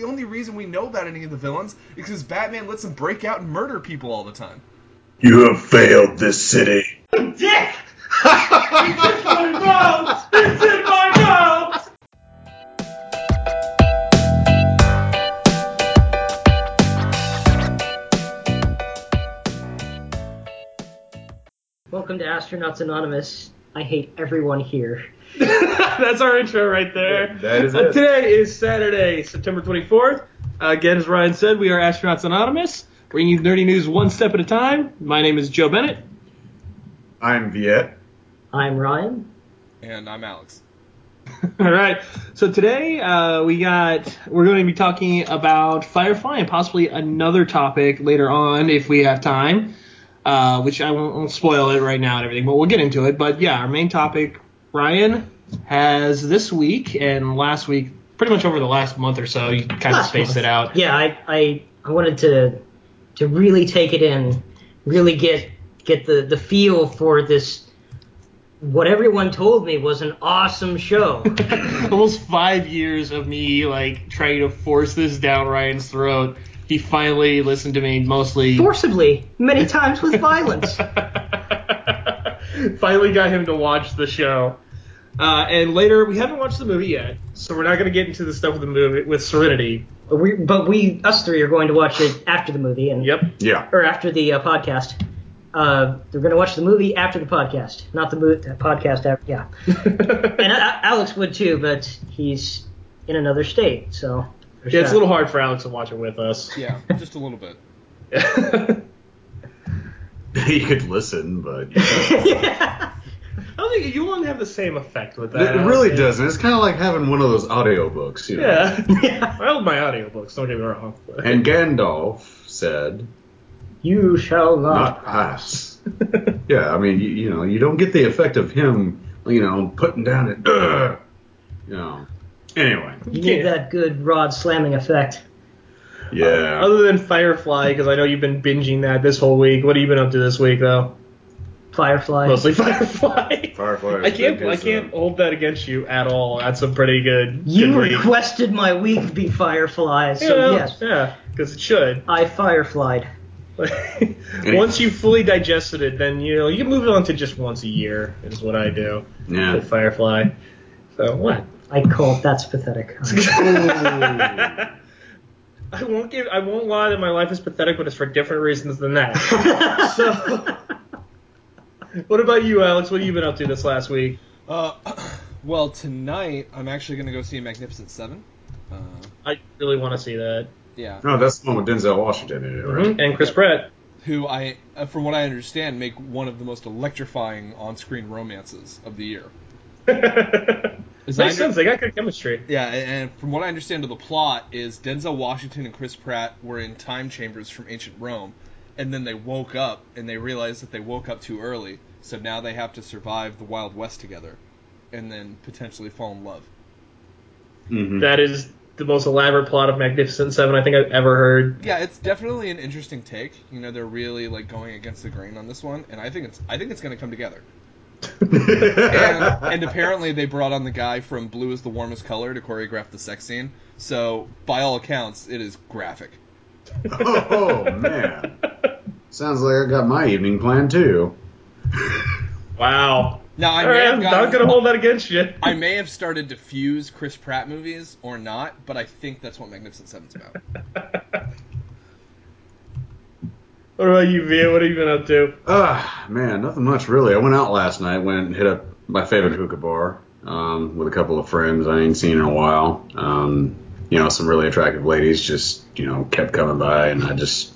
The only reason we know about any of the villains is because Batman lets them break out and murder people all the time. You have failed this city. Dick! it's in my mouth! It's in my mouth! Welcome to Astronauts Anonymous. I hate everyone here. That's our intro right there. That is Uh, it. today is Saturday, September 24th. Uh, again, as Ryan said, we are Astronauts Anonymous, bringing you nerdy news one step at a time. My name is Joe Bennett. I'm Viet. I'm Ryan. And I'm Alex. All right. So today uh, we got we're going to be talking about Firefly and possibly another topic later on if we have time, uh, which I won't, won't spoil it right now and everything, but we'll get into it. But yeah, our main topic Ryan has this week and last week, pretty much over the last month or so, you kind of Last spaced month. it out. Yeah, I, I, I wanted to to really take it in, really get get the, the feel for this. What everyone told me was an awesome show. almost five years of me like trying to force this down Ryan's throat. He finally listened to me mostly. Forcibly, many times with violence. finally got him to watch the show. Uh, and later, we haven't watched the movie yet, so we're not going to get into the stuff with the movie with Serenity. But we, but we, us three, are going to watch it after the movie and Yep. Yeah. or after the uh, podcast. Uh, they're going to watch the movie after the podcast, not the, mo- the podcast after. Yeah, and uh, I, I- Alex would too, but he's in another state, so Yeah, it's a little hard for Alex to watch it with us. Yeah, just a little bit. you could listen, but I don't think you won't have the same effect with that. it really doesn't. It's kind of like having one of those audiobooks, you know. Yeah. Yeah. I love my audiobooks. Don't get me wrong. And Gandalf said, You shall not. "Not us." yeah, I mean, you, you know, you don't get the effect of him, you know, putting down it. "Ugh," You know. Anyway. You need Yeah. that good rod slamming effect. Yeah. Other than Firefly, because I know you've been binging that this whole week. What have you been up to this week, though? Firefly. Mostly Firefly. Firefly. I can't. I uh, can't hold that against you at all. That's a pretty good. You good week. requested my week be Firefly, so yeah, yes, yeah, because it should. I Fireflied. once you fully digested it, then you know you move on to just once a year is what I do Yeah. with Firefly. So what? I call it that's pathetic. I won't give. I won't lie that my life is pathetic, but it's for different reasons than that. so, what about you, Alex? What have you been up to this last week? Uh, well, tonight I'm actually going to go see Magnificent Seven. Uh, I really want to see that. yeah, No, that's the one with Denzel Washington in it, right? And Chris Pratt. who I, uh, from what I understand, make one of the most electrifying on-screen romances of the year. Is that Makes sense. They got good chemistry. Yeah, a- and from what I understand of the plot is Denzel Washington and Chris Pratt were in time chambers from ancient Rome, and then they woke up and they realized that they woke up too early, so now they have to survive the Wild West together, and then potentially fall in love. Mm-hmm. That is the most elaborate plot of Magnificent Seven I think I've ever heard. Yeah, it's definitely an interesting take. You know, they're really like going against the grain on this one, and I think it's I think it's going to come together. Mm-hmm. and, and apparently they brought on the guy from Blue is the Warmest Color to choreograph the sex scene. So by all accounts, it is graphic. oh man. Sounds like I got my evening planned too. Wow. Now I All may right, have I'm gotten- not gonna hold that against you. I may have started to fuse Chris Pratt movies or not, but I think that's what Magnificent Seven's about. What about you, Via? What have you been up to? Ah, man, nothing much really. I went out last night, went and hit up my favorite hookah bar um, with a couple of friends I ain't seen in a while. Um, you know, some really attractive ladies just, you know, kept coming by, and I just,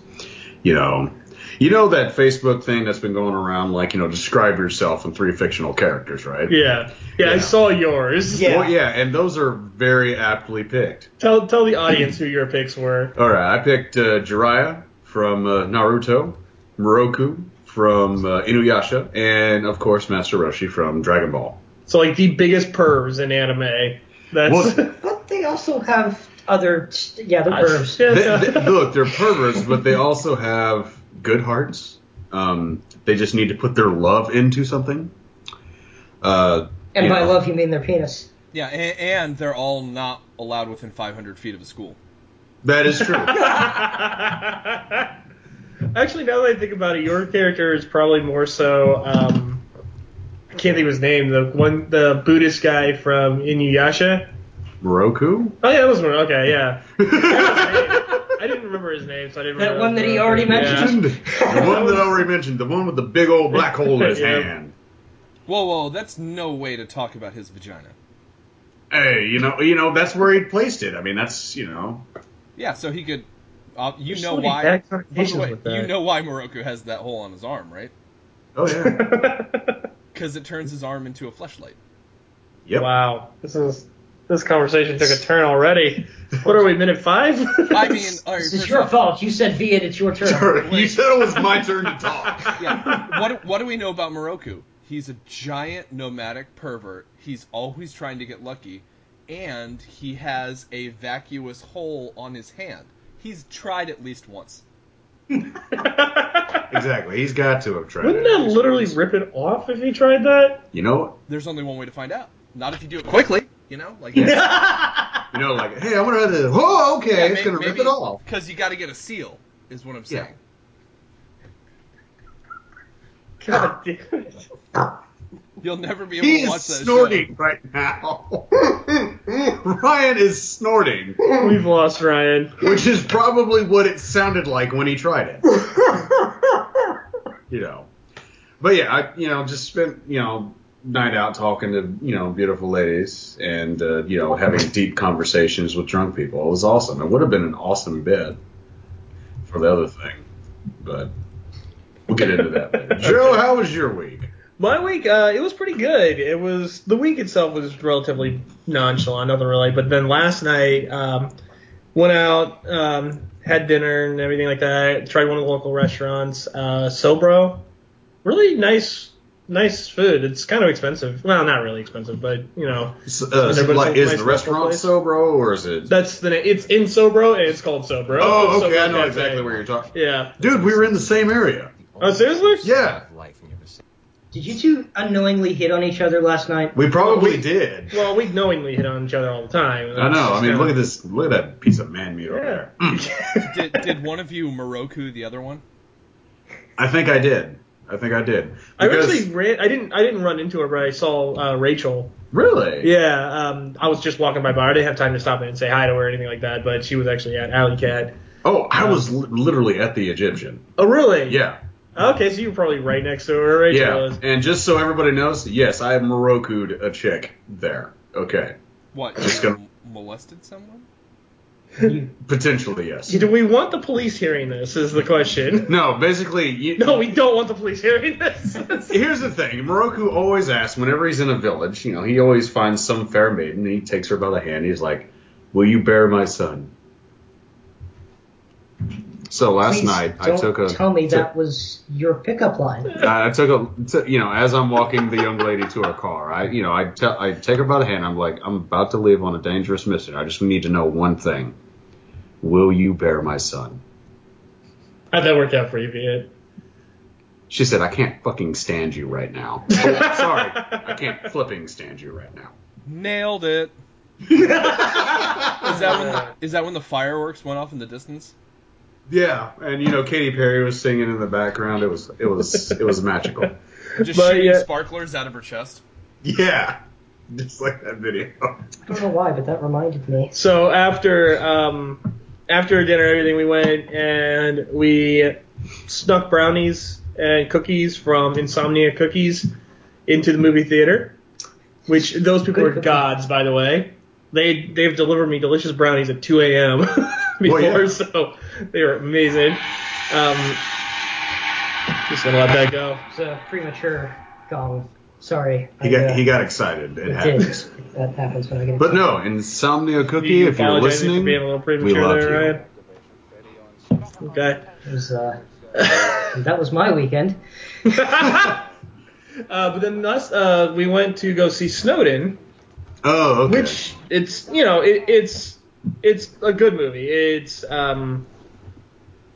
you know, you know that Facebook thing that's been going around, like, you know, describe yourself in three fictional characters, right? Yeah. yeah, I Yeah. saw yours. Yeah. Well, yeah, and those are very aptly picked. Tell tell the audience who your picks were. All right, I picked uh, Jiraiya from uh, Naruto, Moroku from uh, Inuyasha, and of course Master Roshi from Dragon Ball. So like the biggest pervs in anime. That's Well, but they also have other, yeah, they're pervs. Yeah, they, no. they- look, they're perverts, but they also have good hearts. Um, they just need to put their love into something. Uh, And you by know. love, you mean their penis. Yeah, and, and they're all not allowed within 500 feet of a school. That is true. Actually, now that I think about it, your character is probably more so. Um, I can't think of his name. The one, the Buddhist guy from Inuyasha. Roku? Oh yeah, that was one. Okay, yeah. I didn't remember his name, so I didn't. That remember one that he already mentioned? the one that I already mentioned, the one with the big old black hole in his Yeah. hand. Whoa, whoa, that's no way to talk about his vagina. Hey, you know, you know, that's where he placed it. I mean, that's you know, Yeah, so he could. Uh, you There's know so many why? bad by the connotations way, with that. You know why Moroku has that hole on his arm, right? oh yeah, mentioned. Because it turns his arm into a fleshlight. yep. Wow, this is this conversation took a turn already. What are we minute five? I mean, all right, This first is your off, fault. You said V and it's your turn. Sorry, you said it was my turn to talk. yeah. What what do we know about Moroku? He's a giant nomadic pervert. He's always trying to get lucky, and he has a vacuous hole on his hand. He's tried at least once. Exactly. He's got to have tried. Wouldn't it. that literally rip it off if he tried that? You know, what? There's only one way to find out. Not if you do it quickly, you know. Like you know, like, hey, I want to. this. Oh, okay, it's gonna rip it off. Because you got to get a seal, is what I'm saying. Ah. God damn it! You'll never be able He to watch is that. show. snorting right now. Ryan is snorting, We've lost Ryan. which is probably what it sounded like when he tried it. you know. But yeah, I you know just spent you know night out talking to you know beautiful ladies and uh, you know having deep conversations with drunk people. It was awesome. It would have been an awesome bid for the other thing, but we'll get into that later. Joe, how was your week? My week, uh, it was pretty good. It was the week itself was relatively nonchalant, nothing really. But then last night, um, went out, um, had dinner and everything like that. Tried one of the local restaurants, uh, Sobro. Really nice, nice food. It's kind of expensive. Well, not really expensive, but you know, S- Uh, Is there like, a is place- the restaurant place? Sobro or is it? that's the name. It's in Sobro and it's called Sobro. Oh, It's okay, Sobro I know Cafe. exactly where you're talking. Yeah. Dude, we were in the same area. Oh, seriously? Yeah, Life and ever seen. Did you two unknowingly hit on each other last night? we probably Well, we- did. Well, we knowingly hit on each other all the time. I know. I mean, It's look at this. Look at that piece of man meat over Yeah. there. Did, did one of you Moroku the other one? I think I did. I think I did. I Because- actually ran. I didn't. I didn't run into her, but I saw uh, Rachel. really. Yeah, um, I was just walking by bar. I didn't have time to stop in and say hi to her or anything like that. But she was actually at Alley Cat. Oh, I was li- literally at the Egyptian. Oh, really? Yeah, Okay, so you were probably right next to her. Rachel yeah. was. And just so everybody knows, yes, I Moroku'd a chick there. Okay, What? Just you gonna- molested someone? potentially yes. Do we want the police hearing this? Is the question. No, basically, you, No, we don't want the police hearing this. Here's the thing. Moroku always asks, whenever he's in a village, you know, he always finds some fair maiden and he takes her by the hand. He's like, Will you bear my son? So last Please night, I don't took a. Tell me took- that was your pickup line. I I took a, t- you know, as I'm walking the young lady to her car, I, you know, I, te- I take her by the hand. I'm like, I'm about to leave on a dangerous mission. I just need to know one thing: Will you bear my son? How'd that work out for you, Viet? She said, I can't fucking stand you right now. Oh, sorry, I can't flipping stand you right now. Nailed it. is that when the, is that when the fireworks went off in the distance? Yeah, and you know, Katy Perry was singing in the background. It was, it was, it was magical. Just But, shooting yeah. sparklers out of her chest. Yeah, just like that video. I don't know why, but that reminded me. So after um, after dinner, everything we went and we snuck brownies and cookies from Insomnia Cookies into the movie theater, which those people Good were cookie. gods, by the way. They they've delivered me delicious brownies at 2 a.m. before, Well, yeah. so they were amazing. Um, just gonna let that go. It's a premature gong. Sorry. He I, uh, got, he got excited. It did. happens. That happens when I get. But no, Insomnia Cookie, You if you're apologizing listening, for being a little premature love there, you. Ryan. Okay. It was, uh, that was my weekend. uh, but then us, uh, we went to go see Snowden, oh, okay. which it's you know it, it's it's a good movie. It's um,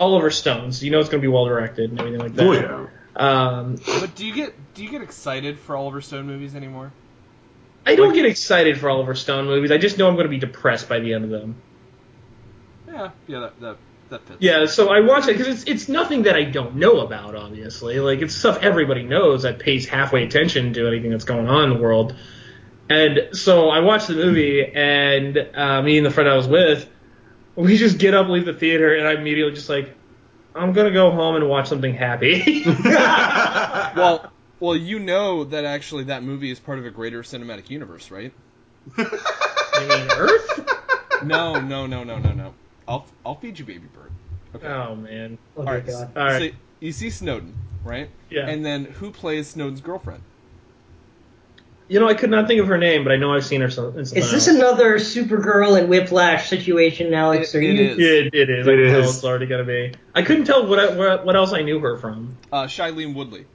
Oliver Stone's. You know it's going to be well directed and everything like that. oh yeah. Um, But do you get do you get excited for Oliver Stone movies anymore? I don't get excited for Oliver Stone movies. I just know I'm going to be depressed by the end of them. yeah, yeah, that that, that fits. Yeah, so I watch it because it's it's nothing that I don't know about. Obviously, like it's stuff everybody knows that pays halfway attention to anything that's going on in the world. And so I watched the movie, and uh, me and the friend I was with, we just get up, leave the theater, and I immediately just like, I'm gonna go home and watch something happy. Well, well, you know that actually that movie is part of a greater cinematic universe, right? you mean Earth? No, no, no, no, no, no. I'll I'll feed you, baby bird. Okay. Oh man. Oh, All dear right. God. All right. So you see Snowden, right? Yeah. And then who plays Snowden's girlfriend? You know, I could not think of her name, but I know I've seen her. Some, in something uh, Is this else. another Supergirl and Whiplash situation, Alex? Are It- it you? is. Yeah, it is. I It can tell is. it's already gonna be. I couldn't tell what I, what, what else I knew her from. Uh, Shailene Woodley.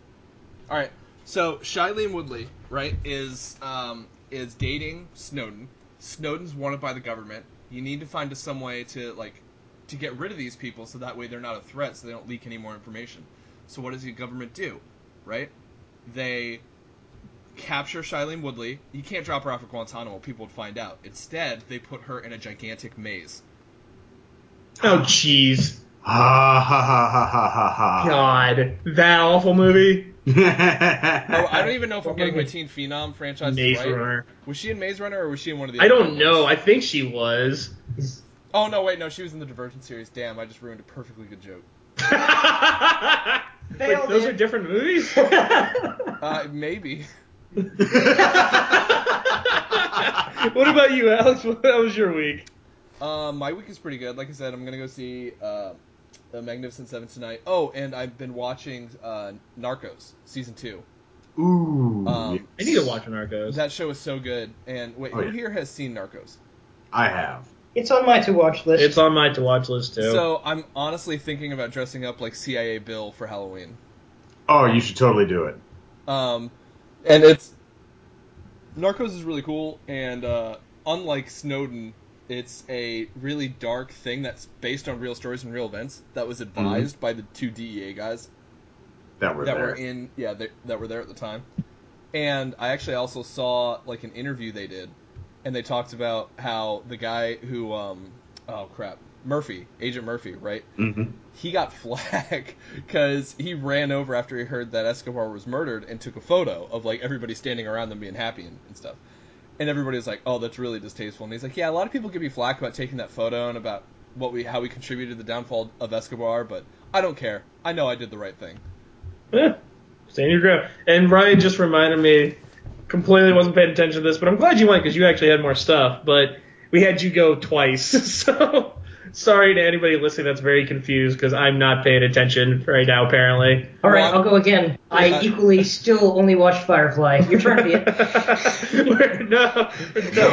All right. So Shailene Woodley, right, is um, is dating Snowden. Snowden's wanted by the government. You need to find some way to like to get rid of these people so that way they're not a threat, so they don't leak any more information. So what does the government do, right? They capture Shailene Woodley. You can't drop her off at Guantanamo; people would find out. Instead, they put her in a gigantic maze. Oh jeez, Ha ha ha ha ha ha ha. God, that awful movie. Oh, I don't even know if I'm getting my Teen Phenom franchise Maze right. Runner. Was she in Maze Runner or was she in one of the? I other don't ones? know. I think she was. Oh no, wait, no, she was in the Divergent series. Damn, I just ruined a perfectly good joke. Wait, those are different movies. Uh, maybe. what about you, Alex? What how was your week? Uh, my week is pretty good. Like I said, I'm gonna go see uh, the Magnificent Seven tonight. Oh, and I've been watching uh, Narcos season two. Ooh. Um, I need to watch Narcos. That show is so good. And wait, Oh, who yeah. here has seen Narcos? I have. It's on my to-watch list. It's on my to watch list too. So I'm honestly thinking about dressing up like CIA Bill for Halloween. Oh, you should totally do it. Um, and it's Narcos is really cool, and uh, unlike Snowden, it's a really dark thing that's based on real stories and real events that was advised by the two DEA guys That were that there. were in yeah they, that were there at the time. And I actually also saw like an interview they did, and they talked about how the guy who um oh crap Murphy Agent Murphy right Mhm. he got flack because he ran over after he heard that Escobar was murdered and took a photo of like everybody standing around them being happy and, and stuff. And everybody was like, "Oh, that's really distasteful." And he's like, "Yeah, a lot of people give me flack about taking that photo and about what we how we contributed to the downfall of Escobar, but I don't care. I know I did the right thing." Yeah, stand Eh, your ground. And Ryan just reminded me, completely wasn't paying attention to this, but I'm glad you went because you actually had more stuff. But we had you go twice, so sorry to anybody listening that's very confused because I'm not paying attention right now. Apparently, All right, Well, I'll go again. I uh, equally still only watched Firefly. Your turn, Ian. We're- no, no.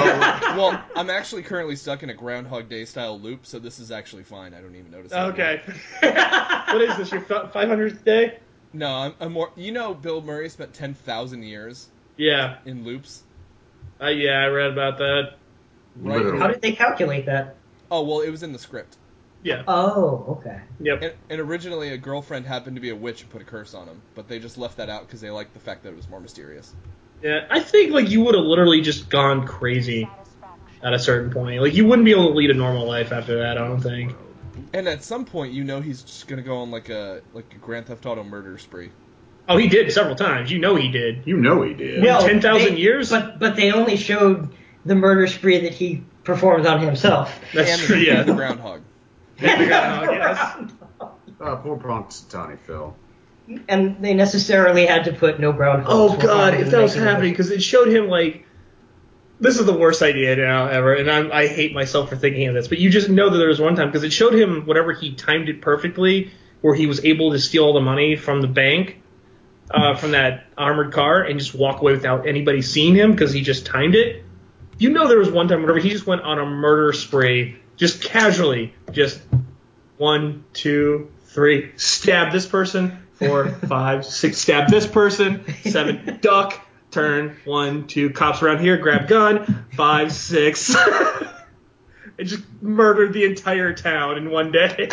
well, I'm actually currently stuck in a Groundhog Day style loop, so this is actually fine. I don't even notice. it. Okay. what is this? Your 500th day? No, I'm, I'm more. You know, Bill Murray spent ten thousand years Yeah. in loops, Uh, yeah, I read about that. right? Literally. How did they calculate that? Oh well, it was in the script. Yeah. Oh, okay. Yep. And, and originally, a girlfriend happened to be a witch and put a curse on him, but they just left that out because they liked the fact that it was more mysterious. Yeah, I think like you would have literally just gone crazy at a certain point. Like you wouldn't be able to lead a normal life after that. I don't think. And at some point, you know he's just gonna go on like a like a Grand Theft Auto murder spree. Oh, he did several times. You know he did. You know he did. Well- 10,000 they- years? But but they only showed the murder spree that he performed on himself. That's and true. the, Yeah. and the groundhog. Oh, yes. Ah, poor Bronx Tawny Phil. And they necessarily had to put no brown. Oh god, if that was happening, because it showed him like this is the worst idea now ever, and I'm, I hate myself for thinking of this. But you just know that there was one time because it showed him whatever he timed it perfectly, where he was able to steal all the money from the bank, uh, from that armored car, and just walk away without anybody seeing him because he just timed it. You know there was one time whenever he just went on a murder spree, just casually, just one, two, three, stab this person, four, five, six, stab this person, seven, duck, turn, one, two, cops around here, grab gun, five, six. and just murdered the entire town in one day.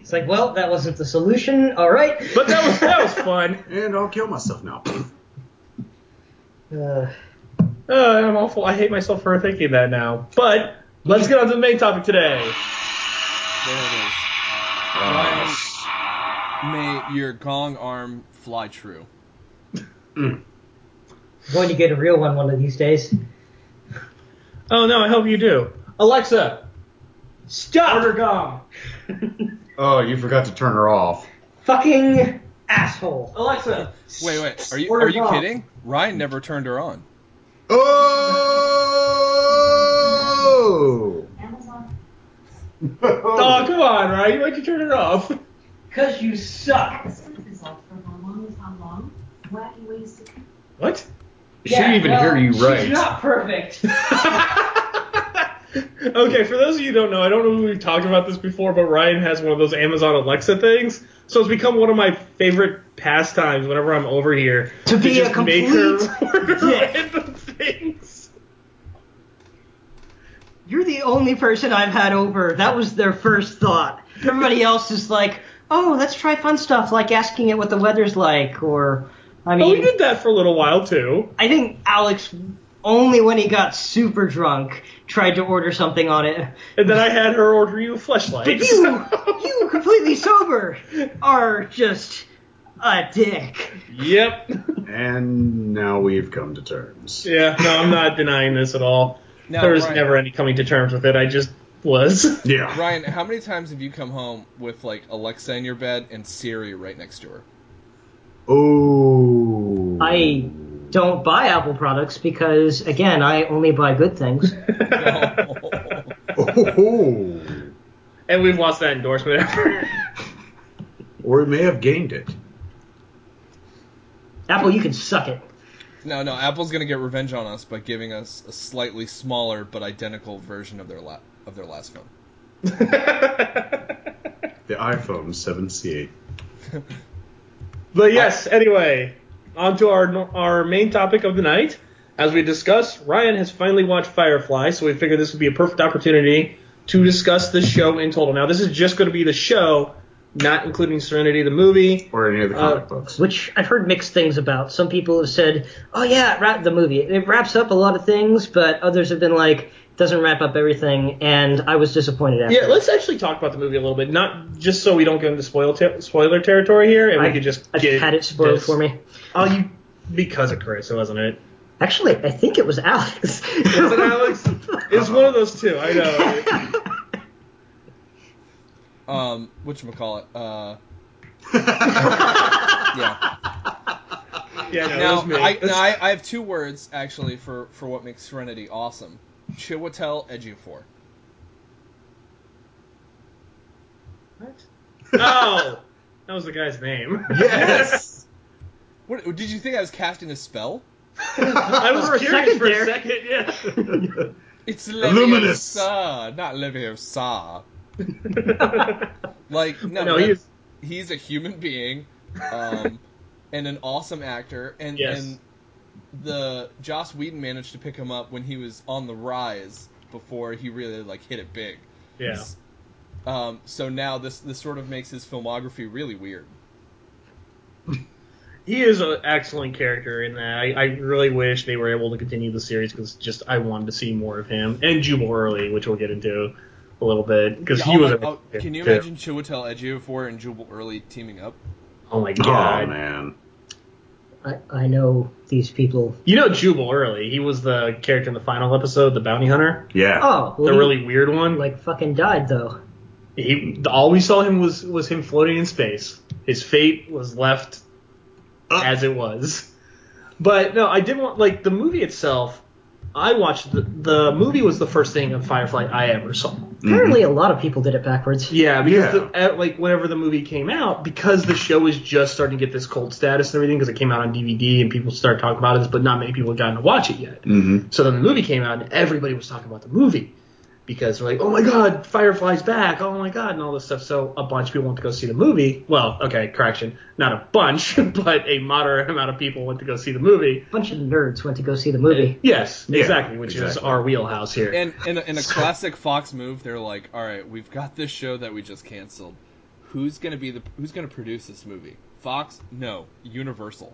it's like, well, that wasn't the solution. All right. but that was that was fun. And I'll kill myself now. Uh, Uh, I'm awful. I hate myself for thinking that now. But let's get on to the main topic today. There it is. Uh, May your gong arm fly true. I'm going to get a real one one of these days. Oh no, I hope you do. Alexa, Stop! order gong. oh, you forgot to turn her off. Fucking asshole. Alexa, Wait, wait. Are you Order are you gong. kidding? Ryan never turned her on. Oh! oh come on, Ryan, why'd you turn it off? Because you suck. What? She didn't even hear you right. She's not perfect. okay, for those of you who don't know, I don't know if we've talked about this before, but Ryan has one of those Amazon Alexa things. So it's become one of my favorite pastimes whenever I'm over here. To be a just make her complete order dick. random things. You're the only person I've had over. That was their first thought. Everybody else is like, oh, let's try fun stuff, like asking it what the weather's like, or, I Oh, mean, we did that for a little while too. I think Alex, only when he got super drunk, tried to order something on it. And then I had her order you a fleshlight. But you, you completely sober, are just a dick. Yep. And now we've come to terms. Yeah, no, I'm not denying this at all. Now, there was Ryan- never any coming to terms with it. I just was. Yeah. Ryan, how many times have you come home with like Alexa in your bed and Siri right next to her? Oh. I don't buy Apple products because, again, I only buy good things. Oh. and we've lost that endorsement ever. Or it may have gained it. Apple, you can suck it. no, no, Apple's gonna get revenge on us by giving us a slightly smaller but identical version of their la- of their last phone. The iPhone 7C8. But yes, anyway, on to our our main topic of the night. As we discussed, Ryan has finally watched Firefly, so we figured this would be a perfect opportunity to discuss the show in total. Now, this is just going to be the show, not including Serenity the movie. Or any of the comic Uh, books. which I've heard mixed things about. Some people have said, "Oh yeah, it wrap- the movie it wraps up a lot of things," but others have been like, "Doesn't wrap up everything," and I was disappointed after. Yeah, let's actually talk about the movie a little bit, not just so we don't get into spoil ter- spoiler territory here, and I we could just I've get had it spoiled this- for me. Oh, you because of Chris, wasn't it? Actually, I think it was Alex. Was it Alex? it's one of those two. I know. Um, which call it? Uh, yeah. Yeah, no, it Now, was me. I, now I, I have two words actually for for what makes Serenity awesome: Chiwetel Ejiofor. Oh, that was the guy's name. Yes! What did you think I was casting a spell? I was For a curious second for a there. second. Yeah. It's Luminous. Leviosa, not Leviosa. Like no, no, that- he's he's a human being um, and an awesome actor and, Yes. and the joss whedon managed to pick him up when he was on the rise before he really like hit it big yeah. um, so now this this sort of makes his filmography really weird He is an excellent character in that. I, I really wish they were able to continue the series because just I wanted to see more of him and Jubal Early, which we'll get into a little bit because Yeah, he oh was. my- a- oh, can you yeah. imagine chiwetel ejiofor and jubal early teaming up Oh my Oh, god! man. I, I know these people. You know Jubal Early? He was the character in the final episode, the bounty hunter, Yeah. Oh, the well, he, really weird one. Like like fucking died though. he, all we saw him was was him floating in space. His fate was left Up. as it was. But no, I did want like the movie itself. I watched the, the movie was the first thing of Firefly I ever saw. Apparently, a lot of people did it backwards. Mm-hmm. Yeah, because Yeah. The, at, like whenever the movie came out, because the show was just starting to get this cult status and everything, because it came out on DVD and people started talking about it, but not many people had gotten to watch it yet. Mhm. So then the movie came out and everybody was talking about the movie because they're like, oh my god, Firefly's back, oh my god, and all this stuff. So a bunch of people went to go see the movie. Well, okay, correction, not a bunch, but a moderate amount of people went to go see the movie. A bunch of nerds went to go see the movie. Yes, Yeah, exactly, which is exactly. our wheelhouse here. and in a, in a classic fox move they're like all right we've got this show that we just canceled who's gonna be the who's gonna produce this movie fox no universal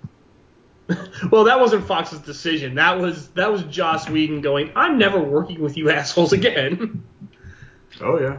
Well, that wasn't Fox's decision. That was that was Joss Whedon going, "I'm never working with you assholes again." Oh, yeah.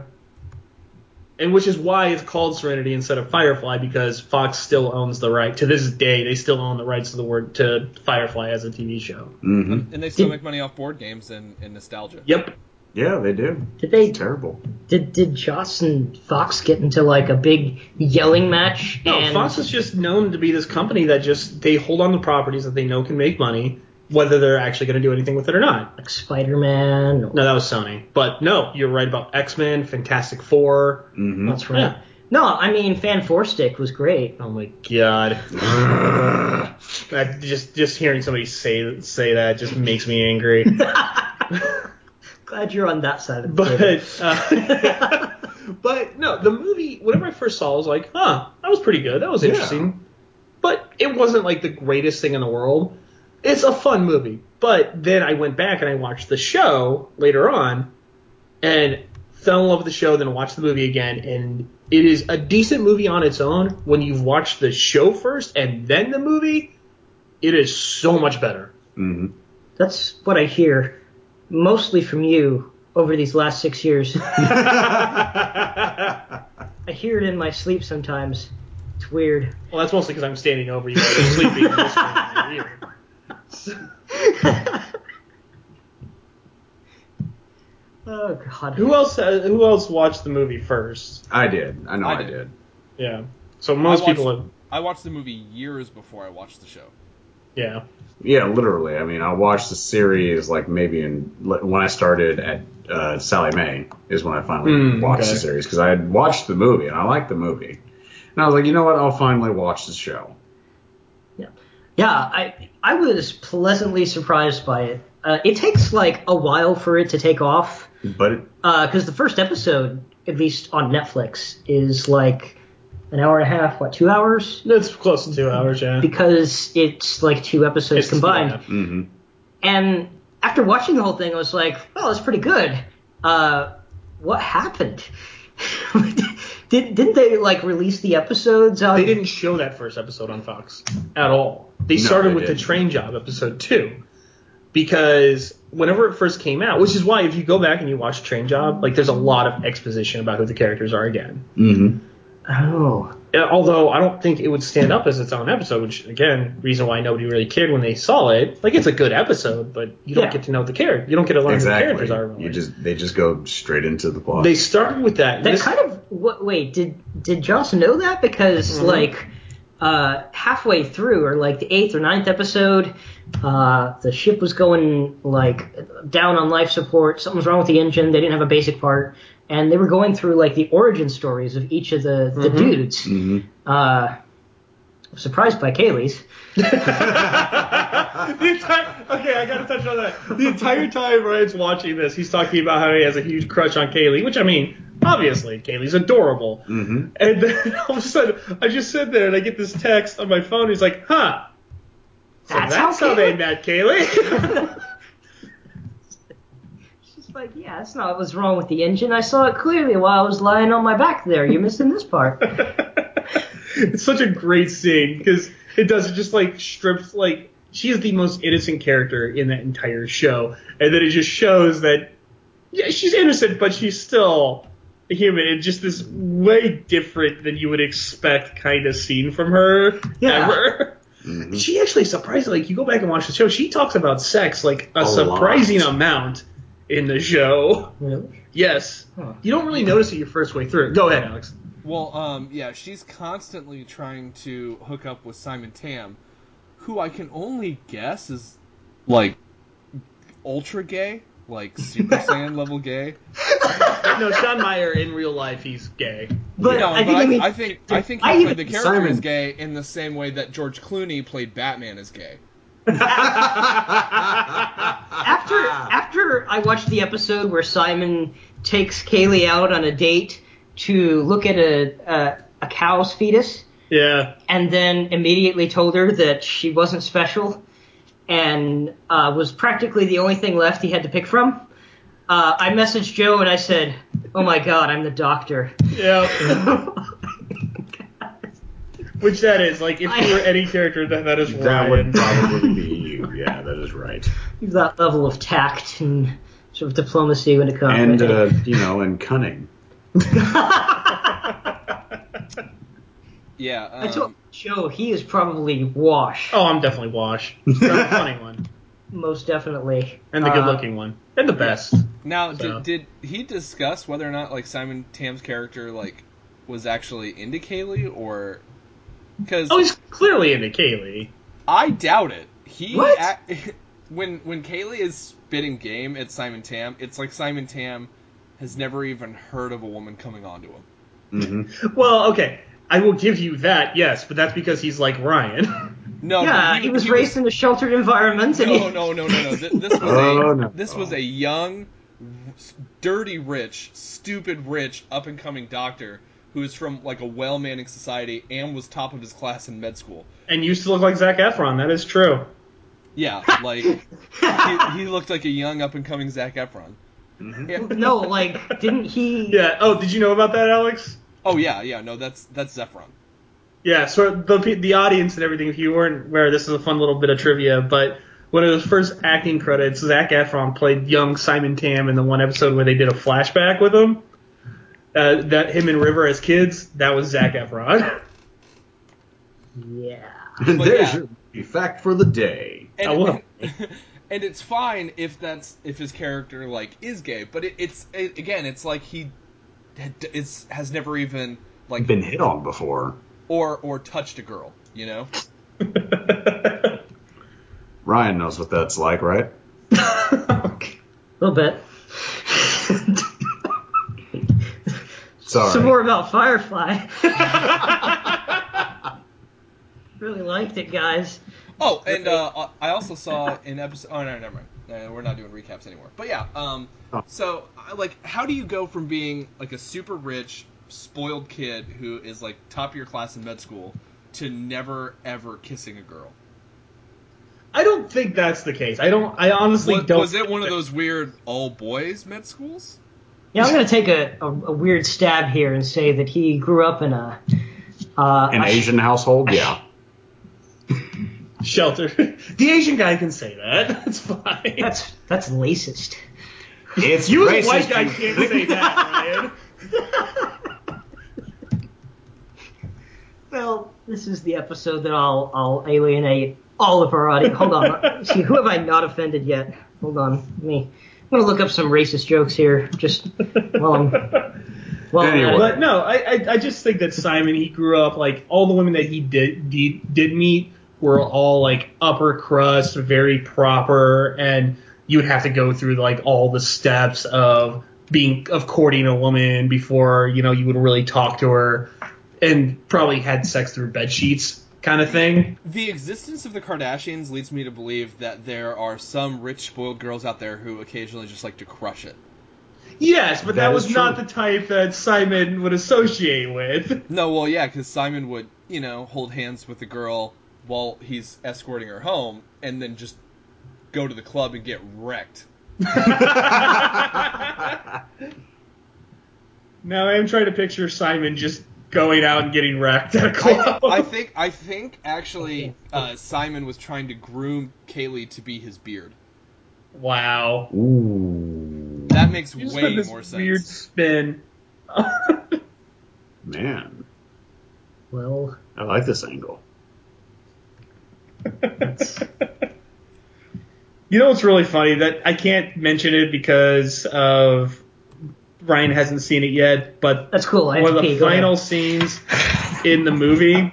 and which is why it's called Serenity instead of Firefly because Fox still owns the right to this day. They still own the rights to the word to Firefly as a TV show. hmm And they still make money off board games and, and nostalgia. Yep. Yeah, they do. Did they It's terrible. did did Joss and Fox get into like a big yelling match? No, and Fox is just known to be this company that just they hold on to properties that they know can make money, whether they're actually going to do anything with it or not. like Spider Man. No, that was Sony. But no, you're right about X Men, Fantastic Four. hmm That's right. Yeah. No, I mean Fan Four Stick was great. Oh my God, that, just just hearing somebody say say that just makes me angry. Glad you're on that side of the table. But uh, but no, the movie. Whenever I first saw, it, I was like, huh, that was pretty good. That was interesting. But it wasn't like the greatest thing in the world. It's a fun movie. But then I went back and I watched the show later on, and fell in love with the show. Then watched the movie again, and it is a decent movie on its own. When you've watched the show first and then the movie, it is so much better. hmm That's what I hear mostly from you over these last six years. I hear it in my sleep sometimes. It's weird. Well, that's mostly because I'm standing over you, while you're sleeping. and whispering in your ear. Oh God. Who else? Uh, who else watched the movie first? I did. I know I I, did. did. Yeah. So most I watched- people. Have, I watched the movie years before I watched the show. yeah. Yeah, literally. I mean, I watched the series like maybe in like, when I started at uh, Sally Mae is when I finally Hmm, watched okay. the series because I had watched the movie and I liked the movie, and I was like, you know what? I'll finally watch the show. Yeah, I I was pleasantly surprised by it. Uh, it takes like a while for it to take off But it, because the first episode, at least on Netflix, is like an hour and a half, what, two hours? It's close to two hours. Yeah. Because it's like two episodes It's combined. yeah. mhm. And after watching the whole thing, I was like, "Well, that's pretty good." Uh, what happened? Did, didn't they like release the episodes? On, They didn't show that first episode on Fox at all. They No, started they with the didn't. train job episode two, because whenever it first came out, which is why if you go back and you watch Train Job, like there's a lot of exposition about who the characters are again. Mhm. Oh, Uh, although I don't think it would stand up as its own episode, which again, reason why nobody really cared when they saw it. Like it's a good episode, but you don't Yeah. get to know the character. You don't get to learn who the exactly. characters are. Really. You just they just go straight into the plot. they started with that. that This- kind of. What, wait, did did Joss know that? Because Mhm. like uh, halfway through, or like the eighth or ninth episode, uh, the ship was going like down on life support. Something was wrong with the engine. They didn't have a basic part, and they were going through like the origin stories of each of the Mm-hmm. the dudes. Mhm. Uh, I'm surprised by Kaylee's. the entire, okay, I gotta touch on that. The entire time Ryan's watching this, he's talking about how he has a huge crush on Kaylee, which I mean, obviously, Kaylee's adorable. Mhm. And then all of a sudden, I just sit there and I get this text on my phone. He's like, huh. So That's that's, how how they Kaylee- met Kaylee. She's like, yeah, that's not what's wrong with the engine. I saw it clearly while I was lying on my back there. You're missing this part. it's such a great scene because it does it just like strips like she is the most innocent character in that entire show, and then it just shows that yeah she's innocent but she's still a human and just this way different than you would expect kind of scene from her Yeah. ever. She actually surprisingly, like you go back and watch the show, she talks about sex like a, A surprising lot. amount in the show. Really? Yes, Huh. you don't really notice it your first way through. Go ahead, Alex. Well, um, yeah, she's constantly trying to hook up with Simon Tam, who I can only guess is like ultra gay, like Super Saiyan level gay. no, Sean Meyer in real life, he's gay. But No, I but think I, I mean, I think I think he I played even- the character Simon- is gay in the same way that George Clooney played Batman as gay. after after I watched the episode where Simon takes Kaylee out on a date to look at a a, a cow's fetus, Yeah. and then immediately told her that she wasn't special, and uh, was practically the only thing left he had to pick from. Uh, I messaged Joe and I said, "Oh my God, I'm the doctor." Yeah. Which that is, like, if you were I- any character, that, that is that Ryan. would probably be you. Yeah, that is right. that level of tact and sort of diplomacy when it comes. And to uh, you know, and cunning. Yeah. I told Um, Joe he is probably wash, uh, Oh, I'm definitely Wash. I'm the funny one most definitely. and the Uh, good-looking one and the best. now, So. did, did he discuss whether or not like Simon Tam's character like was actually into Kaylee or? Because Oh, he's clearly into Kaylee. I doubt it. He What? ac- when when Kaylee is spitting game at Simon Tam, it's like Simon Tam has never even heard of a woman coming onto him. hmm Well, okay, I will give you that, yes, but that's because he's like Ryan. No, yeah, no, he, was raised in a sheltered environment. And No, he- no, no, no, no. Th- This was Oh, a no. this was a young, r- dirty rich, stupid rich, up and coming doctor who is from like a well manning society and was top of his class in med school. and used to look like Zach Efron. That is true. Yeah, like he, he looked like a young up and coming Zach Efron. Mm-hmm. no, like didn't he? Yeah. Oh, did you know about that, Alex? Oh. Oh yeah, yeah. No, that's that's Zephron. Yeah. So the pe- the audience and everything. If you weren't aware, this is a fun little bit of trivia. But one of his first acting credits, Zach Efron played young Simon Tam in the one episode where they did a flashback with him. Uh, that him and River as kids. That was Zach Efron. Yeah. And But there's yeah. your your fact for the day. And, I will. and it's fine if that's if his character like is gay, but it, it's it, again, it's like he had- it's has never even like Been hit on before. or or touched a girl, you know. Ryan knows what that's like, right? A little bit. Sorry. Some more about Firefly. really liked it, guys. Oh, and uh, I also saw an episode. Oh no, never mind. No, we're not doing recaps anymore. But yeah, um, Oh. so I- like, how do you go from being like a super rich, spoiled kid who is like top of your class in med school to never ever kissing a girl? I don't think that's the case. I don't. I honestly Was, don't. was it one of those weird all boys med schools? Yeah, I'm going to take a, a, a weird stab here and say that he grew up in a. Uh, An a- Asian household? Yeah. shelter? the Asian guy can say that. That's fine. That's that's racist. It's You racist, as a white guy you can't say that, Ryan. Well, this is the episode that I'll I'll alienate all of our audience. Hold on, see who have I not offended yet? Hold on, let me. I'm gonna look up some racist jokes here. Just while I'm while I'm at it. Anyway. But no, I, I I just think that Simon he grew up like all the women that he did did, did meet were all like upper crust, very proper, and you would have to go through like all the steps of being of courting a woman before you know you would really talk to her, and probably had sex through bed sheets kind of thing. The existence of the Kardashians leads me to believe that there are some rich, spoiled girls out there who occasionally just like to crush it. Yes, but that, That is was not true. the type that Simon would associate with. No, well, yeah, because Simon would, you know, hold hands with the girl while he's escorting her home, and then just go to the club and get wrecked. Now I'm trying to picture Simon just going out and getting wrecked at a I, club. I think, I think actually, uh, Simon was trying to groom Kaylee to be his beard. wow. Ooh. That makes You just way had this more sense. weird spin. Man, Well, I like this angle. you know what's really funny that I can't mention it because of Ryan hasn't seen it yet, but that's cool. I one of okay, the go ahead. final scenes in the movie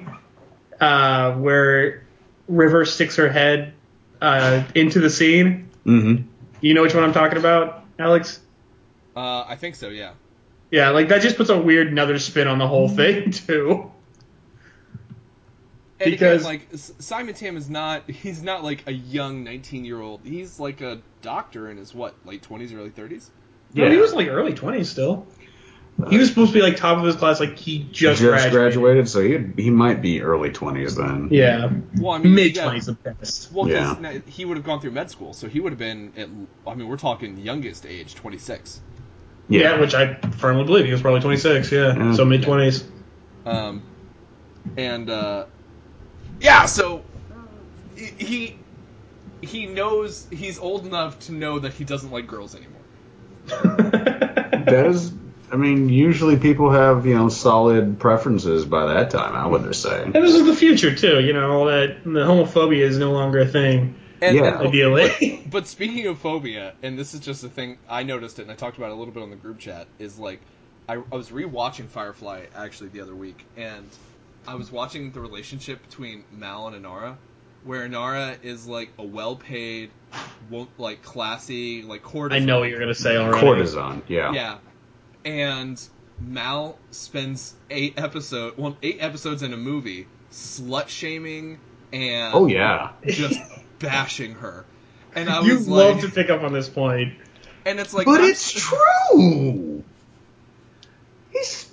uh, where River sticks her head uh, into the scene. Mm-hmm. You know which one I'm talking about, Alex? Uh, I think so, yeah. Yeah, like that just puts a weird another spin on the whole Mm-hmm. thing too. And Because- again, like S- Simon Tam is not—he's not like a young nineteen-year-old. He's like a doctor in his what, late twenties, early thirties. Yeah. Yeah. he was like early twenties still. He was supposed to be like top of his class, like he just, Just graduated, so he he might be early twenties then. Yeah, Well, I mean, mid yeah, twenties the best. Well, Yeah. because he would have gone through med school, so he would have been. At, I mean, we're talking youngest age, twenty six. Yeah. which I firmly believe he was probably twenty six. Yeah, Yeah. so mid twenties. Um, and uh, yeah, so he- he he knows he's old enough to know that he doesn't like girls anymore. that is I mean, usually people have you know solid preferences by that time. I would say. And this is the future too, you know, all that the homophobia is no longer a thing, And, Yeah. and- ideally. but speaking of phobia, and this is just a thing I noticed it, and I talked about it a little bit on the group chat. Is like I, I was rewatching Firefly actually the other week, and I was watching the relationship between Mal and Inara, where Inara is like a well-paid, won't like classy, like I courtesan. know what you're gonna say already. Cortisone. Yeah. Yeah. And Mal spends eight episode, well, eight episodes in a movie, slut shaming and Oh yeah. just bashing her. And I You was love like, to pick up on this point. and it's like, but I'm- it's true. He's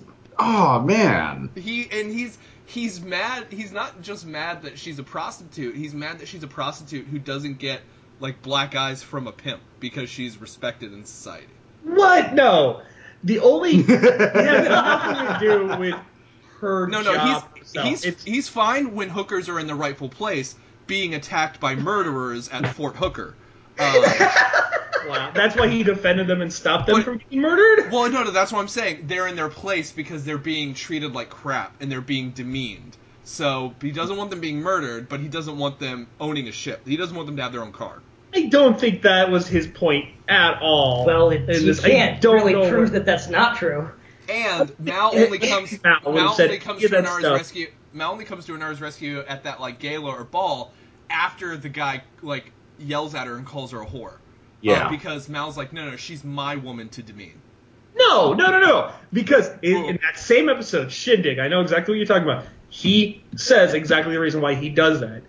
oh man. he and he's he's mad. He's not just mad that she's a prostitute. He's mad that she's a prostitute who doesn't get like black eyes from a pimp because she's respected in society. What? No. The only it has nothing to do with her No, job. no, he's herself. he's, It's- he's fine when hookers are in the rightful place, being attacked by murderers at Fort Hooker. Uh, wow. That's why he defended them and stopped them But- from being murdered. well, no, no, that's what I'm saying. They're in their place because they're being treated like crap and they're being demeaned. So he doesn't want them being murdered, but he doesn't want them owning a ship. He doesn't want them to have their own car. I don't think that was his point at all. Well, it, In you this- I can't don't really know prove where- that that's not true. And Mal only comes Mal Mal, would've said, only comes "Give to that Inara's stuff." rescue. Mal only comes to Inara's rescue at that like gala or ball after the guy like yells at her and calls her a whore. Yeah. Uh, because Mal's like, no, no, she's my woman to demean. No, no, no, no. Because in, Whoa. Hmm. in that same episode, Shindig, I know exactly what you're talking about. He says exactly the reason why he does that.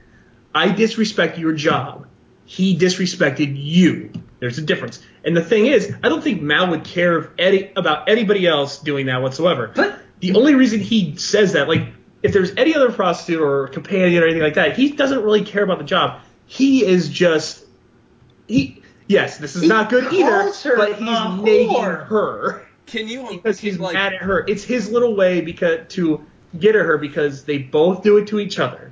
I disrespect your job. He disrespected you. There's a difference. And the thing is, I don't think Mal would care if any, about anybody else doing that whatsoever. But- the only reason he says that, like, if there's any other prostitute or companion or anything like that, he doesn't really care about the job. He is just he. Yes, this is He not good either. calls her But a he's making whore. her Can you because he's like mad at her. It's his little way because to get at her because they both do it to each other.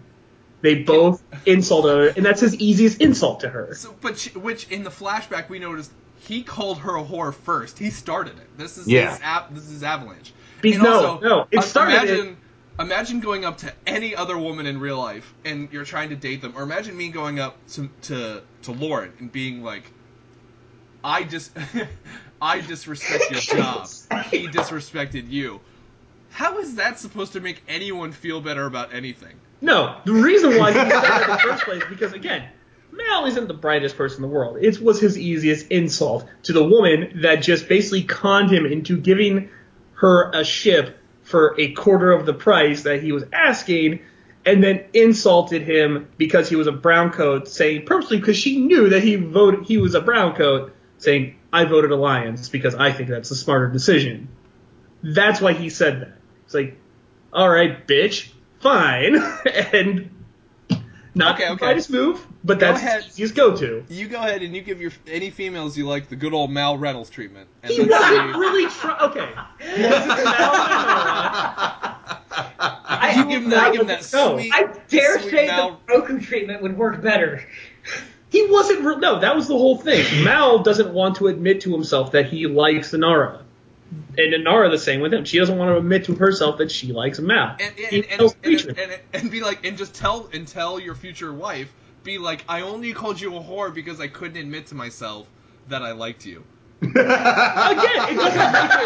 They both insult her, and that's his easiest insult to her. so, but she, which in the flashback we noticed he called her a whore first. He started it. This is Yeah. this, av- this is avalanche. Be- And no, also, no, it um, started it- Imagine, imagine going up to any other woman in real life and you're trying to date them, or imagine me going up to to, to Lauren and being like, I just I disrespect your job. He disrespected you. How is that supposed to make anyone feel better about anything? No, the reason why he said that in the first place is because again, Mal isn't the brightest person in the world. It was his easiest insult to the woman that just basically conned him into giving her a ship for a quarter of the price that he was asking, and then insulted him because he was a brown coat, saying purposely because she knew that he voted he was a brown coat, saying I voted alliance because I think that's the smarter decision. That's why he said that. It's like all right, bitch, fine, and not Okay, the okay. brightest move, but that's ahead. his easiest go-to. You go ahead and you give your any females you like the good old Mal Reynolds treatment. And He let's wasn't see- really trying. Okay, I, You give him that, give him that No. sweet, I dare sweet say Mal. the Roku treatment would work better. he wasn't. Re- no, that was the whole thing. Mal doesn't want to admit to himself that he likes Inara, and Inara the same with him. She doesn't want to admit to herself that she likes Mal. and He and, and, tells the and, future. and, and be like and just tell and tell your future wife be like I only called you a whore because I couldn't admit to myself that I liked you. Again, it doesn't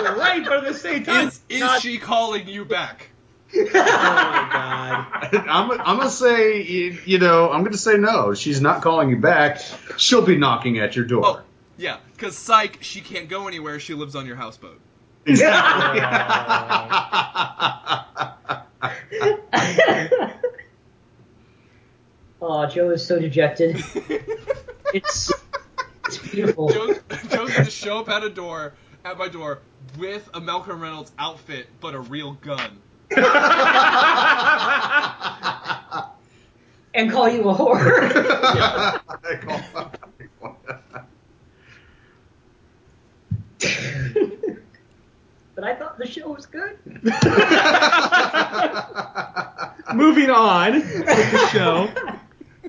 make it right, but at the same time, Is is not- she calling you back? oh my god. I'm, I'm gonna say, you you know, I'm gonna say no. She's not calling you back. She'll be knocking at your door. Oh, yeah, cuz psych, she can't go anywhere. She lives on your houseboat. Exactly. Oh, Joe is so dejected. It's it's beautiful. Joe's Joe's gonna show up at a door at my door with a Malcolm Reynolds outfit but a real gun. And call you a whore. but I thought the show was good. Moving on with the show.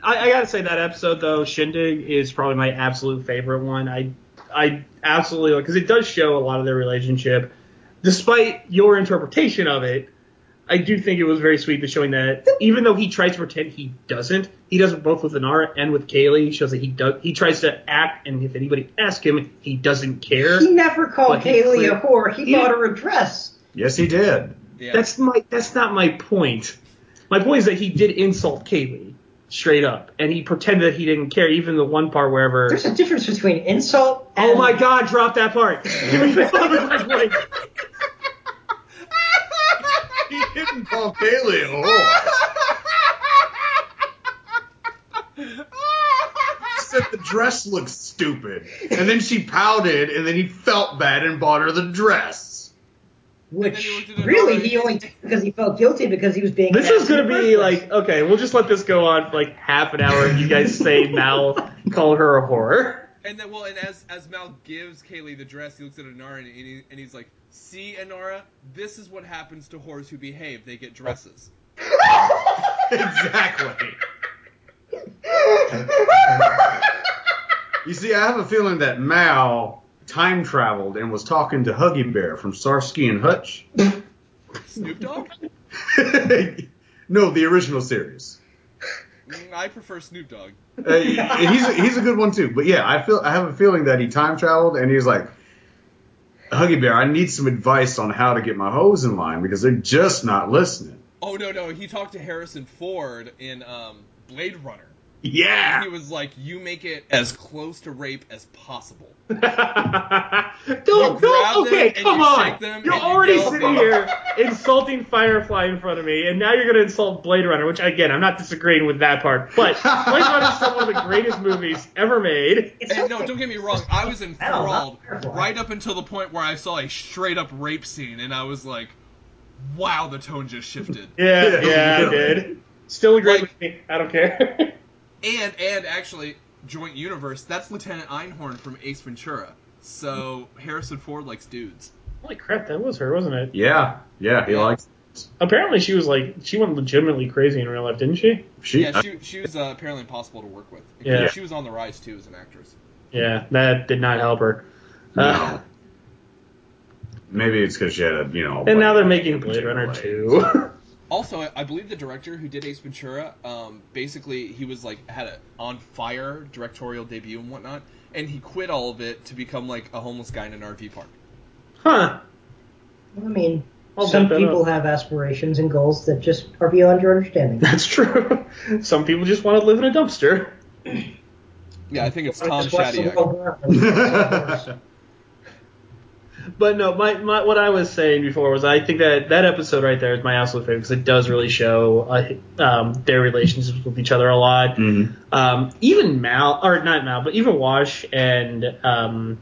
I, I gotta say that episode though, Shindig is probably my absolute favorite one. I I absolutely because it does show a lot of their relationship. despite your interpretation of it, I do think it was very sweet that showing that even though he tries to pretend he doesn't, he does it both with Anara and with Kaylee. He shows that he does. He tries to act, and if anybody asks him, he doesn't care. He never called But he Kaylee clear- a whore. He he- bought her a dress. Yes, he did. Yeah. That's my. That's not my point. My point is that he did insult Kaylee straight up, and he pretended that he didn't care. Even the one part wherever. There's a difference between insult. And Oh my God! Drop that part. he He didn't call Kaylee a whore. He said the dress looks stupid. And then she pouted, and then he felt bad and bought her the dress. And then Which he looked at her really daughter. he only did because he felt guilty because he was being. This an is gonna absolute be worthless. like okay, we'll just let this go on for like half an hour. and You guys say Mal called her a whore. And then, well, and as as Mal gives Kaylee the dress, he looks at Anara and, he, and he's like, "See, Anara, this is what happens to whores who behave. They get dresses." Exactly. you see, I have a feeling that Mal time traveled and was talking to Huggy Bear from Starsky and Hutch. Snoop Dogg? no, the original series. Mm, I prefer Snoop Dogg. Uh, he's a, he's a good one too. But yeah, I feel I have a feeling that he time traveled and he's like, Huggy Bear, I need some advice on how to get my hoes in line because they're just not listening. Oh no, no, he talked to Harrison Ford in um, Blade Runner. Yeah. He was like, "You make it as close to rape as possible." Don't, You don't- grab them okay, and come you on. shake them you're and you already yell sitting for- here insulting Firefly in front of me, and now you're going to insult Blade Runner, which, again, I'm not disagreeing with that part, but Blade Runner is still one of the greatest movies ever made. It's And no, okay. don't get me wrong. I was enthralled not Firefly. right up until the point where I saw a straight up rape scene, and I was like, "Wow, the tone just shifted." Yeah, yeah, I really. did. Still agree Like- with me. I don't care. And and actually, joint universe. That's Lieutenant Einhorn from Ace Ventura. So Harrison Ford likes dudes. Holy crap, that was her, wasn't it? Yeah. Yeah. He Yeah. likes. Apparently, she was like, she went legitimately crazy in real life, didn't she? She, yeah, she, she was uh, apparently impossible to work with. Yeah. She was on the rise too as an actress. Yeah, that did not help her. Uh, No. Maybe it's because she had a you know. and now like- they're making Blade Runner 2. Also, I, I believe the director who did Ace Ventura, um, basically he was like had a on fire directorial debut and whatnot, and he quit all of it to become like a homeless guy in an RV park. huh. I mean, I'll some look that people up. have aspirations and goals that just are beyond your understanding. That's true. Some people just want to live in a dumpster. Yeah, I think it's I Tom just watched the Shadyac. world burn. But no, my, my what I was saying before was I think that that episode right there is my absolute favorite because it does really show uh, um, their relationships with each other a lot. Mhm. Um, even Mal, or not Mal, but even Wash and um,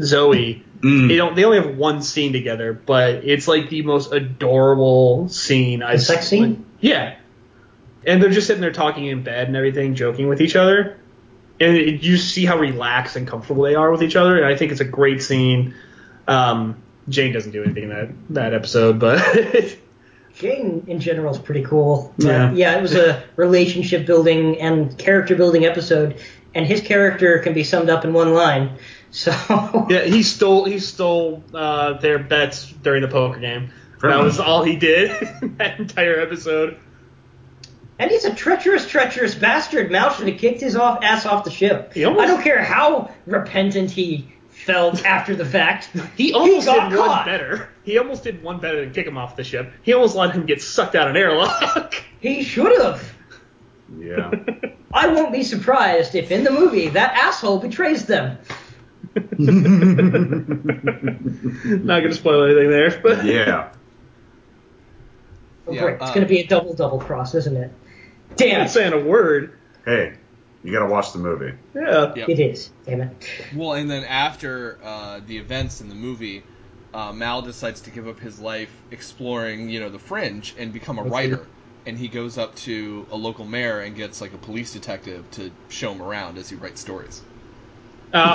Zoe, Mm. Hmm. they don't they only have one scene together, but it's like the most adorable scene I The sex scene? Yeah, and they're just sitting there talking in bed and everything, joking with each other, and it, you see how relaxed and comfortable they are with each other, and I think it's a great scene. Um, Jane doesn't do anything in that that episode, but Jane in general is pretty cool. But Yeah. yeah. it was a relationship building and character building episode, and his character can be summed up in one line. So yeah, he stole he stole uh, their bets during the poker game. That was all he did in that entire episode. And he's a treacherous, treacherous bastard. Mal should have kicked his off ass off the ship. He almost- I don't care how repentant he felt after the fact. He almost got did one caught. better. He almost did one better than kick him off the ship. He almost let him get sucked out an airlock. He should have. Yeah. I won't be surprised if in the movie that asshole betrays them. Not gonna spoil anything there, but Mm-hmm. yeah. Oh, Yeah, great. It's um, going to be a double double cross, isn't it? I'm Damn not it. saying a word. Hey, you gotta watch the movie. Yeah. Yeah. It is. Damn it. Well, and then after uh, the events in the movie, uh, Mal decides to give up his life exploring, you know, the fringe and become a writer. And he goes up to a local mayor and gets like a police detective to show him around as he writes stories. Uh,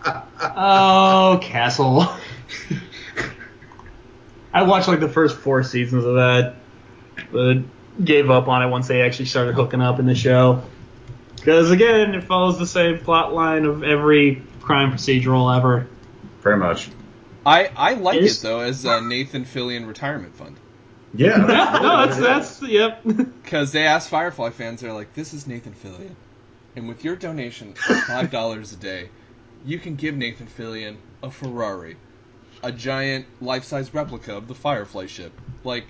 oh, Castle. I watched like the first four seasons of that, but gave up on it once they actually started hooking up in the show. Because again, it follows the same plot line of every crime procedural ever. Pretty much. I, I like Is- it though as uh, Nathan Fillion retirement fund Yeah. Yeah, no, that's that's yep. because they asked Firefly fans they're like this is Nathan Fillion, and with your donation of five dollars a day, you can give Nathan Fillion a Ferrari, a giant life size replica of the Firefly ship. Like,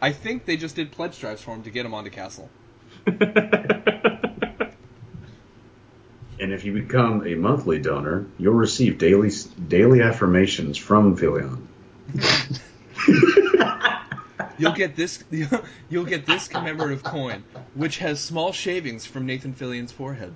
I think they just did pledge drives for him to get him onto Castle. And if you become a monthly donor, you'll receive daily daily affirmations from Filion. You'll get this. You'll get this commemorative coin, which has small shavings from Nathan Fillion's forehead.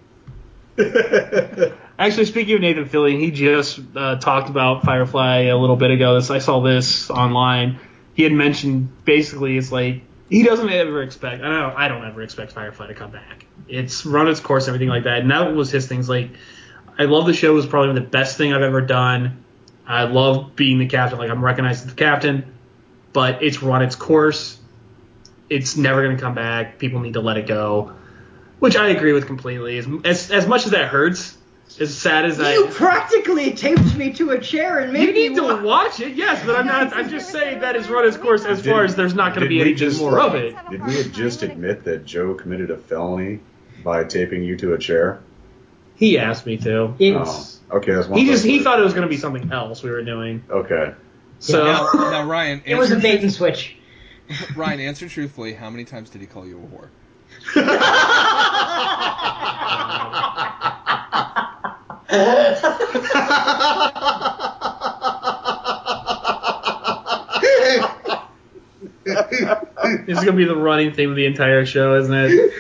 Actually, speaking of Nathan Fillion, he just uh, talked about Firefly a little bit ago. This I saw this online. He had mentioned basically it's like he doesn't ever expect. I don't. I don't ever expect Firefly to come back. It's run its course, and everything like that. And that was his things. Like, I love the show. It was probably the best thing I've ever done. I love being the captain. Like I'm recognized as the captain, but it's run its course. It's never going to come back. People need to let it go, which I agree with completely. As as, as much as that hurts, as sad as I You practically taped me to a chair and made you need me to walk. watch it, yes, but I'm not. I'm just saying that has run its course as far as there's not Did going to be we any just- more of it. Did we just admit that Joe committed a felony by taping you to a chair? He asked me to. Oh, It's okay, that's one. He thing. just he thought it was going to be something else we were doing. Okay, So Now, now Ryan, it was a answer- bait and switch. Ryan, answer truthfully. How many times did he call you a whore? it's going to be the running theme of the entire show, isn't it?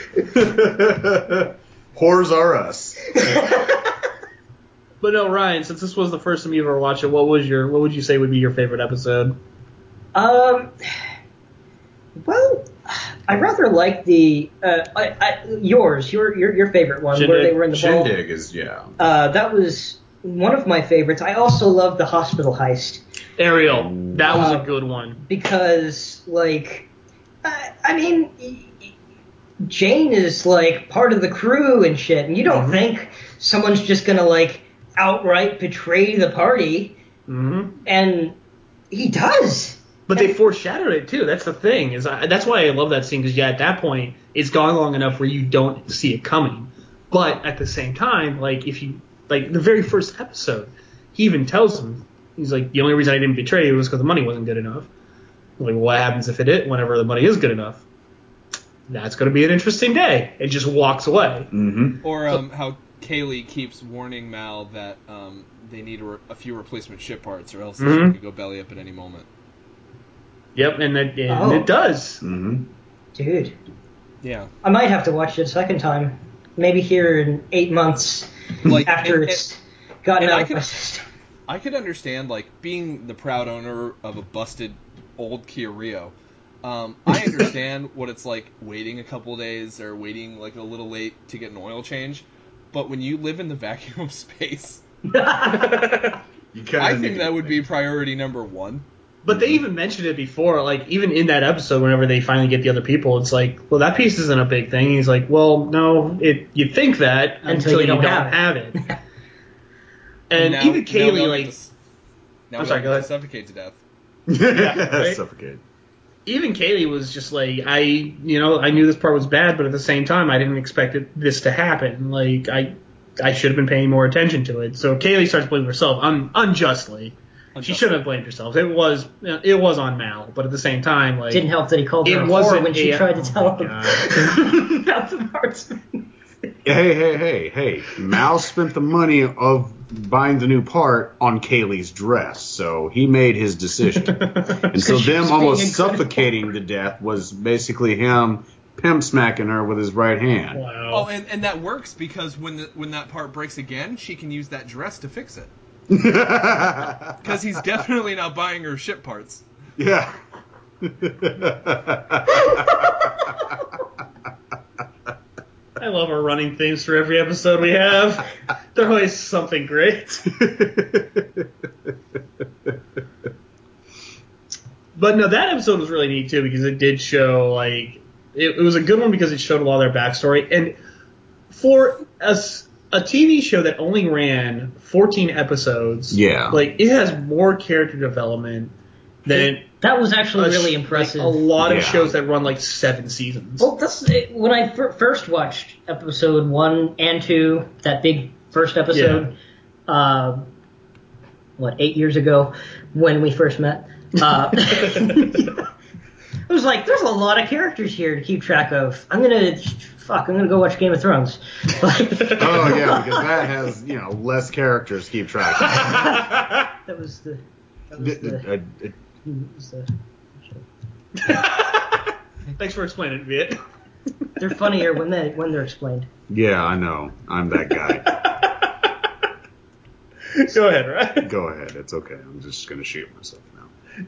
whores are us. But no, Ryan, since this was the first time you ever watched it, what was your what would you say would be your favorite episode? Um, well, I rather like the uh, I, I, yours, your your your favorite one, where Shindig. they were in the ball. Shindig is yeah. Uh, that was one of my favorites. I also loved the hospital heist Ariel, that was a Uh, good one. because, like, I, I mean, y- y- Jane is like part of the crew and shit, and you don't think someone's just gonna like outright betray the party, hmm and he does. But they foreshadowed it too. That's the thing. Is I, that's why I love that scene because yeah, at that point it's gone long enough where you don't see it coming. But at the same time, like if you like the very first episode, he even tells him he's like the only reason I didn't betray you was because the money wasn't good enough. Like what happens if it is whenever the money is good enough? That's going to be an interesting day. And just walks away. Mm-hmm. Or um, how Kaylee keeps warning Mal that um, they need a, re- a few replacement ship parts, or else the Mhm. ship could go belly up at any moment. Yep, and, it, and Oh. it does. Mm-hmm. Dude, Yeah, I might have to watch it a second time. Maybe here in eight months like after and- it's gotten and I out of could- my system. I could understand like being the proud owner of a busted old Kia Rio. Um, I understand what it's like waiting a couple days or waiting like a little late to get an oil change, but when you live in the vacuum of space, You kinda I need think to- that would be priority number one. But they even mentioned it before, like even in that episode, whenever they finally get the other people, it's like, well, that piece isn't a big thing. And he's like, well, no, it you think that until, you, don't, have it. and Now- even now they'll Kaylee, get like to s- now I'm they'll sorry, get go to ahead. Suffocate to death. right? Suffocate. even Kaylee was just like, I, you know, I knew this part was bad, but at the same time, I didn't expect it, this to happen. Like I, I should have been paying more attention to it. So Kaylee starts blaming herself un- unjustly. She Unjustly. shouldn't have blamed herself. It was it was on Mal, but at the same time, like Didn't help that he called It her a wasn't whore when she a- tried to oh my tell him about the marksman. Hey, hey, hey, hey. Mal spent the money of buying the new part on Kaylee's dress, so he made his decision. and so She was them being almost incredible. suffocating to death was basically him pimp smacking her with his right hand. wow. Oh, and, and that works because when the, when that part breaks again, she can use that dress to fix it. Because he's definitely not buying her ship parts. yeah. I love our running themes for every episode we have. They're always something great. But no, that episode was really neat too because it did show like it, it was a good one because it showed a lot of their backstory and for a, s- a TV show that only ran 14 episodes, Yeah. like it has more character development than That was actually a sh- really like, impressive. a lot of Yeah. shows that run like seven seasons. Well, that's it, when I fir- first watched episode one and two, that big first episode, uh, what eight years ago when we first met. Uh, Oh. I was like, "There's a lot of characters here to keep track of." I'm gonna fuck. I'm gonna go watch Game of Thrones. Like, Oh yeah, because that has you know less characters to keep track. of. that was the. That was D- d- the, uh, d- that was the Thanks for explaining it, Viet. they're funnier when they when they're explained. Yeah, I know. I'm that guy. Go ahead, right? Go ahead. It's okay. I'm just gonna shoot myself now.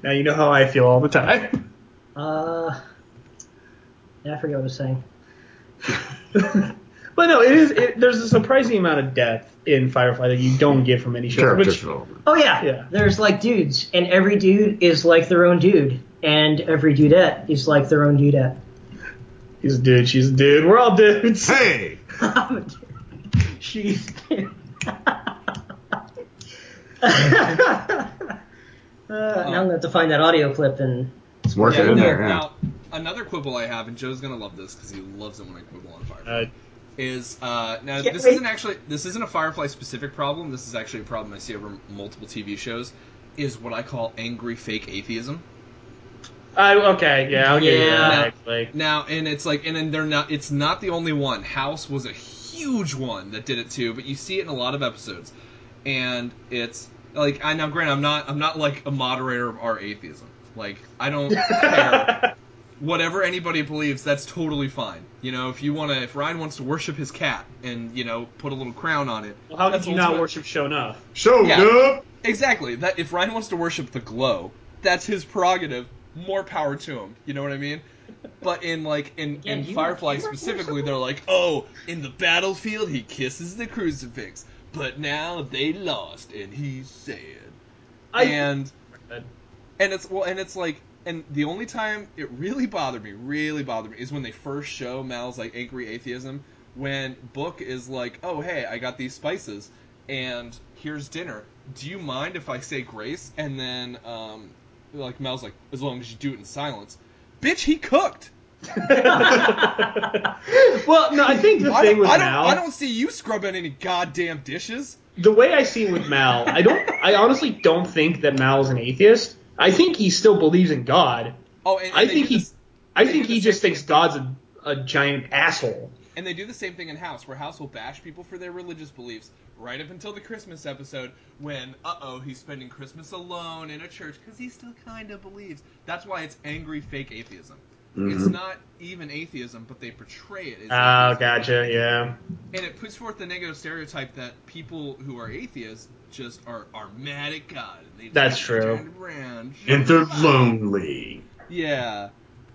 Now you know how I feel all the time. Uh, yeah, I forget what I was saying. But no, it is. It, there's a surprising amount of depth in Firefly that you don't get from any show. Character Which, development. Oh yeah. Yeah. There's like dudes, and every dude is like their own dude, and every dudette is like their own dudette. he's a dude. She's a dude. We're all dudes. Hey, I'm a dude. She's. Uh, now I'm gonna have to find that audio clip and it's worth it Yeah, in no, there. Yeah. Now, another quibble I have, and Joe's gonna love this because he loves it when I quibble on Firefly. Uh, is uh, now Can't this wait. isn't actually this isn't a Firefly specific problem. This is actually a problem I see over multiple TV shows. Is what I call angry fake atheism. I, okay, yeah, I'll give you Yeah. that. Actually. Now, and it's like, and then they're not. It's not the only one. House was a huge one that did it too, but you see it in a lot of episodes, and it's like I now. Grant, I'm not. I'm not like a moderator of our atheism. Like I don't care. Whatever anybody believes, that's totally fine. You know, if you want to, if Ryan wants to worship his cat and you know put a little crown on it, Well, how that's could you not ultimate- worship Show Enough? Show Yeah. up. Exactly. That if Ryan wants to worship the glow, that's his prerogative. More power to him. You know what I mean? But in like in, Yeah, in you- Firefly you like specifically, they're like, oh, in the battlefield he kisses the crucifix, but now they lost and he's sad. I- and and it's well, and it's like, and the only time it really bothered me, really bothered me, is when they first show Mal's like angry atheism. When Book is like, "Oh hey, I got these spices, and here's dinner. Do you mind if I say grace?" And then, um, like Mal's like, "As long as you do it in silence." Bitch, he cooked. Well, no, I think the I thing don't, with I, don't, Mal, I don't see you scrubbing any goddamn dishes. the way I see it with Mal, I don't, I honestly don't think that Mal is an atheist. I think he still believes in God. Oh, and, and I they think do he, this- I they think do he the just same thinks God's a, a giant asshole. And they do the same thing in House, where House will bash people for their religious beliefs right up until the Christmas episode when, uh oh, he's spending Christmas alone in a church because he still kind of believes. That's why it's angry fake atheism. Mm-hmm. It's not even atheism, but they portray it as. Oh, atheism. gotcha. Yeah. And it puts forth the negative stereotype that people who are atheists just are, are mad at God. And they just That's get true. turned around. And they're lonely. Yeah.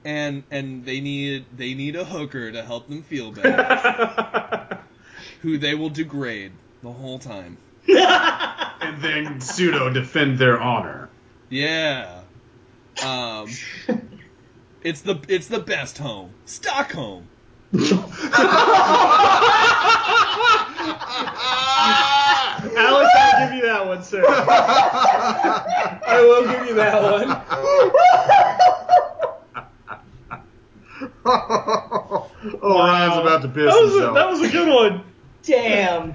And and they need they need a hooker to help them feel better. who they will degrade the whole time. And then pseudo defend their honor. Yeah. Um, it's the it's the best home, Stockholm. Alex, I'll give you that one, sir. I will give you that one. oh, Ryan's about to piss That was, a, himself. that was a good one. damn.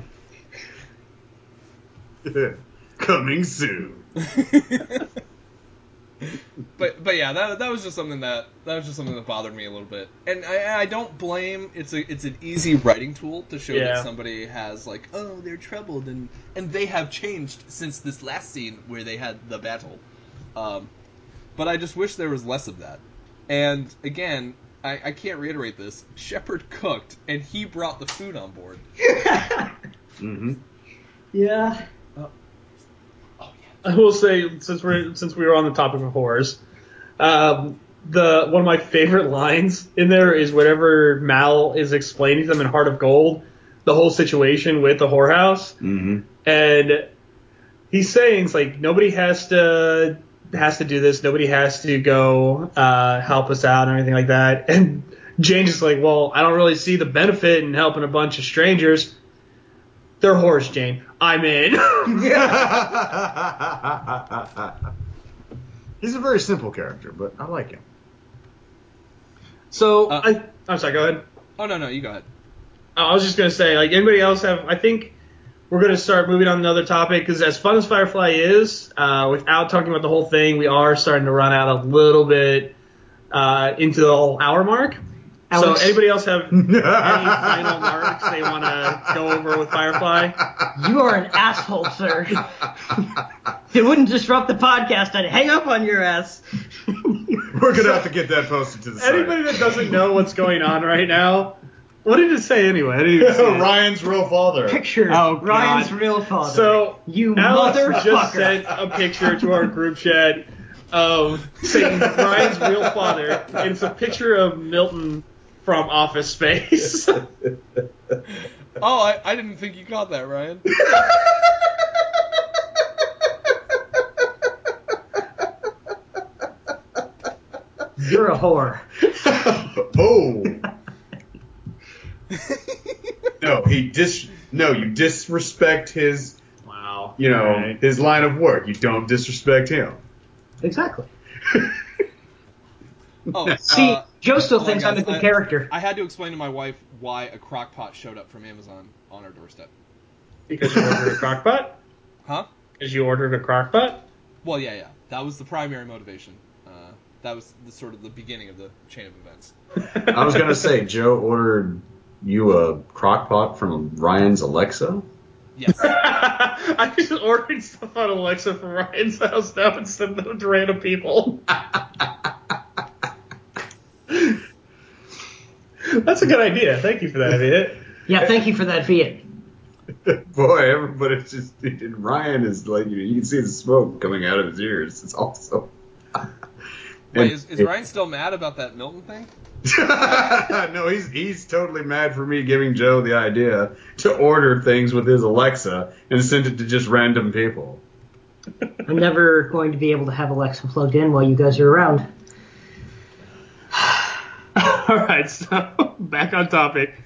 Coming soon. But but yeah, that, that was just something that that was just something that bothered me a little bit, and I, I don't blame. It's a it's an easy writing tool to show Yeah. that somebody has like oh they're troubled and and they have changed since this last scene where they had the battle. Um, but I just wish there was less of that. And again, I, I can't reiterate this. Shepard cooked, and he brought the food on board. hmm Yeah. I will say since we're since we were on the topic of horrors, um, the one of my favorite lines in there is whenever Mal is explaining to them in Heart of Gold the whole situation with the whorehouse, hmm and he's saying it's like nobody has to has to do this, nobody has to go uh, help us out and everything like that, and Jane's just like, well, I don't really see the benefit in helping a bunch of strangers. They're horse, Jane. I'm in. He's a very simple character, but I like him. So Uh, I, I'm sorry. Go ahead. Oh no, no, you got it. I was just gonna say, like anybody else have? I think we're gonna start moving on to another topic because as fun as Firefly is, uh, without talking about the whole thing, we are starting to run out a little bit uh, into the whole hour mark. Alex? So anybody else have any final marks they want to go over with Firefly? You are an asshole, sir. if it wouldn't disrupt the podcast, I'd hang up on your ass. We're gonna have to get that posted to the site. Anybody that doesn't know what's going on right now, what did it say anyway? I didn't even see it. Ryan's real father. Picture Oh, God. Ryan's real father. So you Alex motherfucker. just sent a picture to our group chat of Satan, Brian's real father, and it's a picture of Milton from Office Space. Oh, I, I didn't think you caught that, Ryan. You're a whore. oh. no, he dis. No, you disrespect his. wow. You know Alright. his line of work. You don't disrespect him. Exactly. Oh, See, uh, Joe still oh, thinks guys, I'm a good I- character. I had to explain to my wife why a crock pot showed up from Amazon on our doorstep. Because you ordered a crockpot? Huh? Because you ordered a crockpot? Well, yeah, yeah. That was the primary motivation. Uh, that was the sort of the beginning of the chain of events. I was gonna say Joe ordered you a crock pot from Ryan's Alexa. Yes. I just ordered stuff on Alexa from Ryan's house now and sent them to random people. That's a good idea. Thank you for that idea. Yeah, thank you for that Fiat. Boy, everybody's just and Ryan is like you, you can see the smoke coming out of his ears. It's also. Wait, is, is Ryan still mad about that Milton thing? no, he's he's totally mad for me giving Joe the idea to order things with his Alexa and send it to just random people. I'm never going to be able to have Alexa plugged in while you guys are around. All right, so back on topic.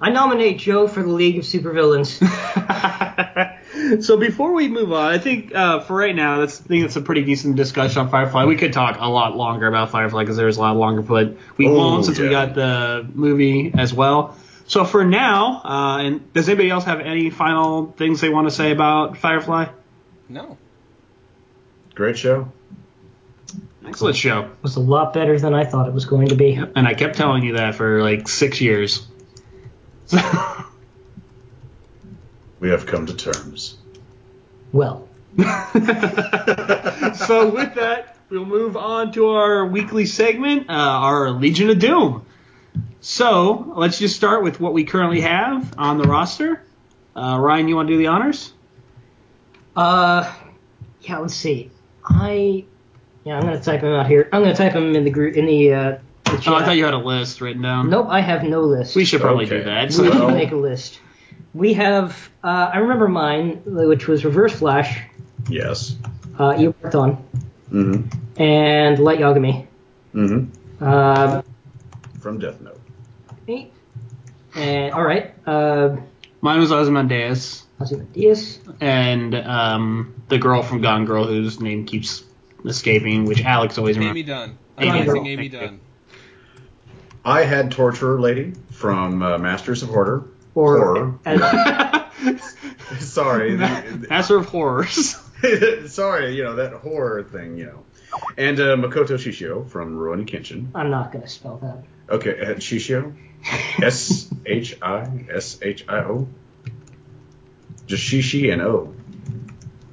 I nominate Joe for the League of Supervillains. so So before we move on, I think uh, for right now, that's I think that's a pretty decent discussion on Firefly. We could talk a lot longer about Firefly because there's a lot longer, but we Oh, won't since we yeah. got the movie as well. So for now, uh, and does anybody else have any final things they want to say about Firefly? No. Great show. Excellent show, was a lot better than I thought it was going to be. and I kept telling you that for like six years. So, We have come to terms. Well, with that, we'll move on to our weekly segment, uh, our Legion of Doom. So let's just start with what we currently have on the roster. Uh, Ryan, you want to do the honors? uh, yeah, let's see. I, yeah, I'm gonna type them out here. I'm gonna type them in the group in the. Uh, the chat. Oh, I thought you had a list written down. nope, I have no list. We should probably Okay. do that. We So should make a list. We have. Uh, I remember mine, which was Reverse Flash, Yes. uh, Eobarthon, Mm-hmm. and Light Yagami. Mm-hmm. Uh, From Death Note. eight. And all right. Uh, mine was Ozymandias Ozymandias. and um, the girl from Gone Girl whose name keeps escaping, which Alex always Amy remembers. Dunn. Amy Amazing Dunn. Amy Thank you. Dunn. I had Torturer Lady from uh, Masters of Horror. Or Horror. as- Sorry. Master of Horrors. Sorry, you know, that horror thing, you know. And uh, Makoto Shishio from Rurouni Kenshin. I'm not gonna spell that. Okay, uh, Shishio. S H I S H I O. Just Shishi and O.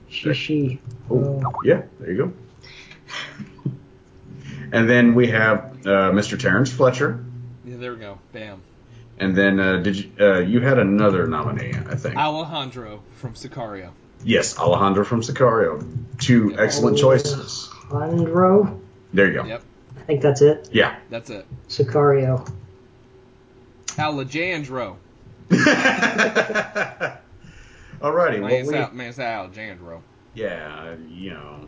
She she. Oh, yeah, there you go. And then we have uh, Mr. Terrence Fletcher. Yeah, there we go. Bam. And then uh, did you, uh, you had another nominee, I think. Alejandro from Sicario. Yes, Alejandro from Sicario. Two excellent choices. Alejandro. There you go. Yep. I think that's it. Yeah. That's it. Sicario. Alejandro. Alrighty. Man, Well, it's, we, Al- man, it's Alejandro. yeah, you know.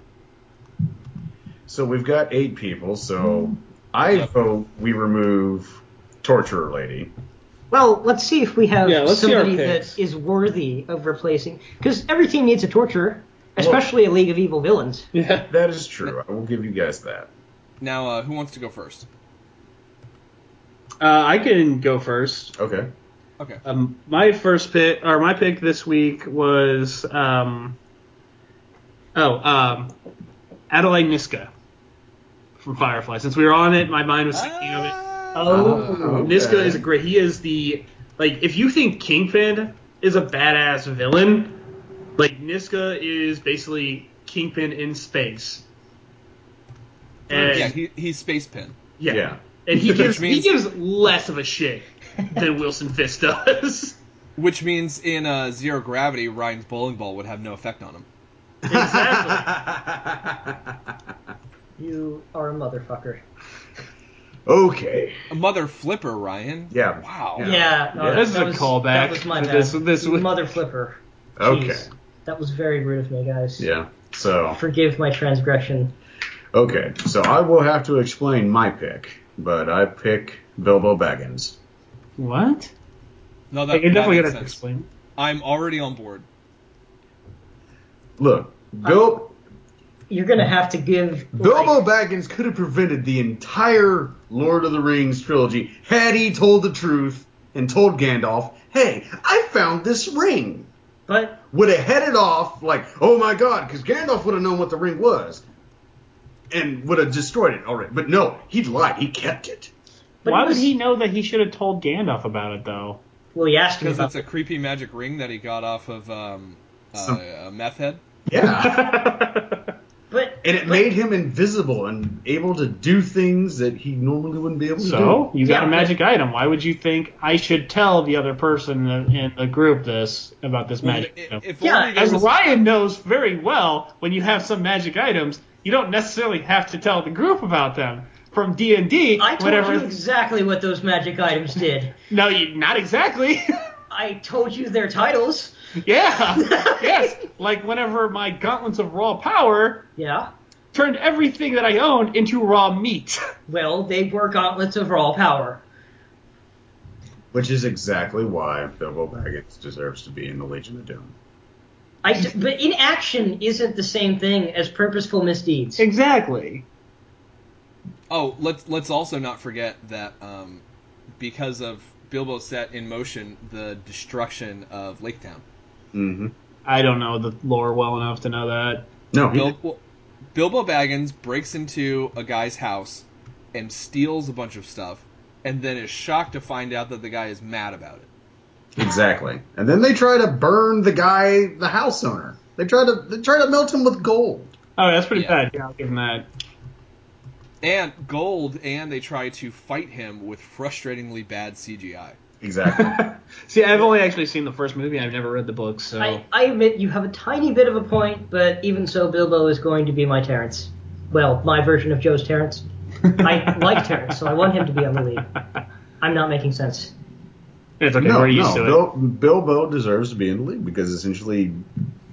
So we've got eight people. So I Yep. vote we remove torturer lady. Well, let's see if we have Yeah, let's see our somebody picks. that is worthy of replacing. Because every team needs a torturer, especially a League of Evil Villains. Yeah. That is true. I will give you guys that. Now, uh, who wants to go first? Uh, I can go first. Okay. Okay. Um, my first pick, or my pick this week was, um, oh, um, Adelaide Niska from Firefly. Since we were on it, my mind was thinking of it. Ah, Oh. okay. Niska is a great. He is the like if you think Kingpin is a badass villain, like Niska is basically Kingpin in space. And yeah, he, he's space pin. yeah. Yeah. and he Which gives means- he gives less of a shit than Wilson Fisk does. Which means in uh, zero gravity, Ryan's bowling ball would have no effect on him. exactly. You are a motherfucker. okay. A mother flipper, Ryan. Yeah. Wow. Yeah. Yeah, Yeah. no, This is that a was, callback. That was my bad. This- this You was- Mother flipper. Okay. Jeez. That was very rude of me, guys. Yeah. So Forgive my transgression. okay. So I will have to explain my pick, but I pick Bilbo Baggins. What? No, that, Like, you're that definitely makes gonna sense. explain. I'm already on board. Look, Bil- You're gonna have to give. Bilbo like, Baggins could have prevented the entire Lord of the Rings trilogy had he told the truth and told Gandalf, "Hey, I found this ring." but would have headed off like, oh my god, because Gandalf would have known what the ring was, and would have destroyed it already. But no, he lied. He kept it. But Why it was- would he know that he should have told Gandalf about it though? well, he asked me Because about. it's a creepy magic ring that he got off of um, Some- uh, a meth head. Yeah, But and it made him invisible and able to do things that he normally wouldn't be able to So you got Yeah, a but- magic item. Why would you think I should tell the other person in in the group this about this magic I- item? if Yeah, only there As was- Ryan knows very well, when you have some magic items, you don't necessarily have to tell the group about them. From D and D, I told whatever. you exactly what those magic items did. No, you, not exactly. I told you their titles. yeah, yes. Like whenever my gauntlets of raw power Yeah. turned everything that I owned into raw meat. Well, they were gauntlets of raw power. do, which is exactly why Bilbo Baggins deserves to be in the Legion of Doom. I d- but inaction isn't the same thing as purposeful misdeeds. Exactly. Oh, let's let's also not forget that um, because of Bilbo set in motion the destruction of Lake Town. Mm-hmm. I don't know the lore well enough to know that. No, he, Bilbo, Bilbo Baggins breaks into a guy's house and steals a bunch of stuff, and then is shocked to find out that the guy is mad about it. exactly. And then they try to burn the guy, the house owner. They try to they try to melt him with gold. Oh, that's pretty Yeah. bad. Yeah, I'll give him that. And gold, and they try to fight him with frustratingly bad CGI. Exactly. See, I've only actually seen the first movie. I've never read the book, so I, I admit you have a tiny bit of a point, but even so, Bilbo is going to be my Terrence. Well, my version of Joe's Terrence. I like Terrence, so I want him to be on the lead. I'm not making sense. it's okay. No, we're no. used to it. Bil- Bilbo deserves to be in the league because essentially,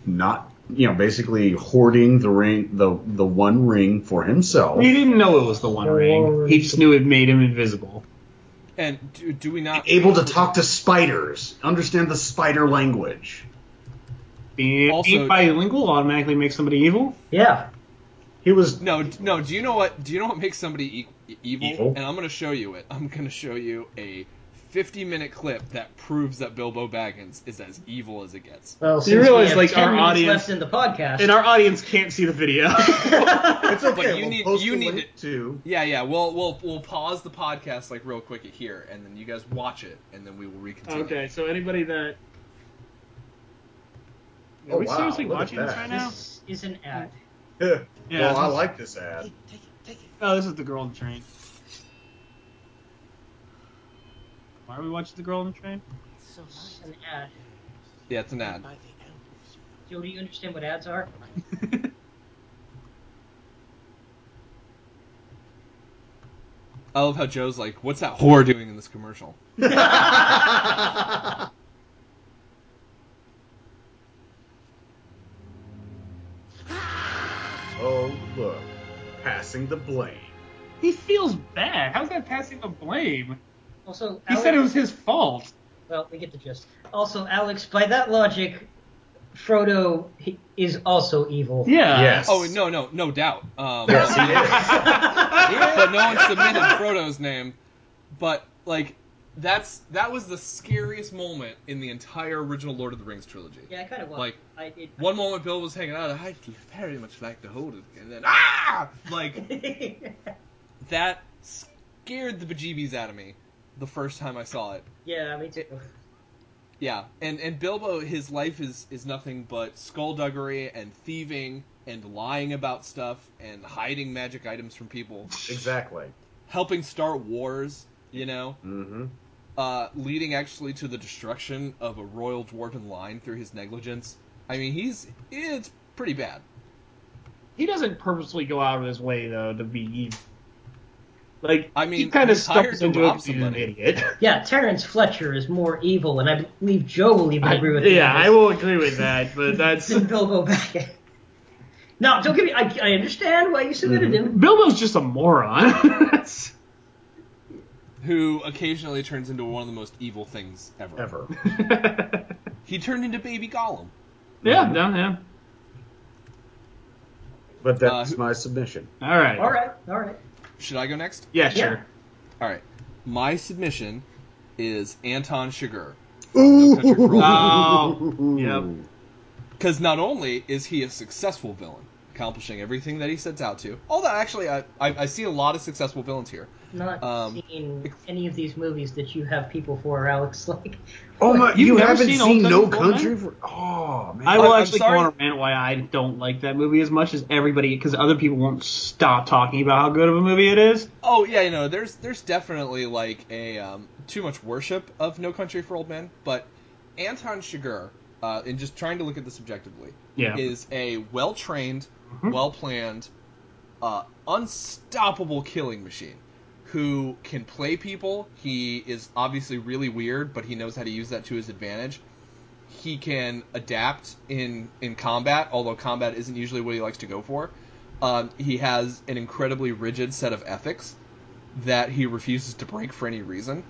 not you know, basically hoarding the ring, the the one ring for himself. He didn't know it was the One Ring. He just knew it made him invisible. And do, do we not Able to talk to spiders, understand the spider language. Being, Also- being bilingual automatically makes somebody evil. Yeah. He was No, d- no. Do you know what? Do you know what makes somebody e- e- evil? Evil? And I'm going to show you it. I'm going to show you a 50 minute clip that proves that Bilbo Baggins is as evil as it gets. Well, since realize, we have like, 10 our minutes audience- left in the podcast, And our audience can't see the video. it's okay. you we'll need- post you the need link it. to. Yeah, yeah. We'll we'll we'll pause the podcast like real quick here, and then you guys watch it, and then we will recontinue. okay, so anybody that are Oh, we wow, seriously look at watching this that. right now? this is an ad. Yeah. Well, I like this ad. Oh, this is the Girl on the Train. Why are we watching the Girl on the Train? It's an ad. Yeah, it's an ad. Joe, do you understand what ads are? I love how Joe's like, "What's that whore doing in this commercial?" Oh look, passing the blame. He feels bad. How's that passing the blame? Also, He Alex, said it was his fault. Well, we get the gist. Also, Alex, by that logic, Frodo he, is also evil. Yeah. Yes. Oh no, no, no doubt. Um, Yes, he is. but no one submitted Frodo's name. But like, that's that was the scariest moment in the entire original Lord of the Rings trilogy. Yeah, I kind of was. Like- I, it, One moment Bill was hanging out, I very much like to hold it, and then ah, like that scared the bejeebies out of me the first time I saw it. yeah, me too. Yeah, and and Bilbo, his life is is nothing but skullduggery and thieving and lying about stuff and hiding magic items from people, Exactly. helping start wars, you know, Mm-hmm. uh, leading actually to the destruction of a royal dwarven line through his negligence. I mean, he's it's pretty bad. He doesn't purposely go out of his way though to be evil. Like I mean, he kind of he's hired stumbles to into it rob 'cause he's an somebody. idiot. Yeah, Terrence Fletcher is more evil, and I believe Joe will even agree with me. yeah, I will agree with that, but that's Send Bilbo back. no, don't give me. I, I understand why you submitted Mm-hmm. him. Bilbo's just a moron. who occasionally turns into one of the most evil things ever. Ever. He turned into Baby Gollum. yeah, no, yeah. But that's Uh, my submission. All right. All right, all right. Should I go next? Yeah, Yeah. sure. All right. My submission is Anton Chigurh. Ooh. Oh, yep. Because not only is he a successful villain, accomplishing everything that he sets out to, although actually I, I, I see a lot of successful villains here. Not Um, seen any of these movies that you have people for, Alex. Like, Oh my! You've You never haven't seen seen, Old No Country Road, Country for? Oh man! I will I'm actually sorry. go on a rant why I don't like that movie as much as everybody, because other people won't stop talking about how good of a movie it is. Oh yeah, you know, there's there's definitely like a um, too much worship of No Country for Old Men, but Anton Chigurh, uh, and just trying to look at this objectively, Yeah. is a well trained, well planned, uh, unstoppable killing machine who can play people. He is obviously really weird, but he knows how to use that to his advantage. He can adapt in in combat, although combat isn't usually what he likes to go for. Um, he has an incredibly rigid set of ethics that he refuses to break for any reason.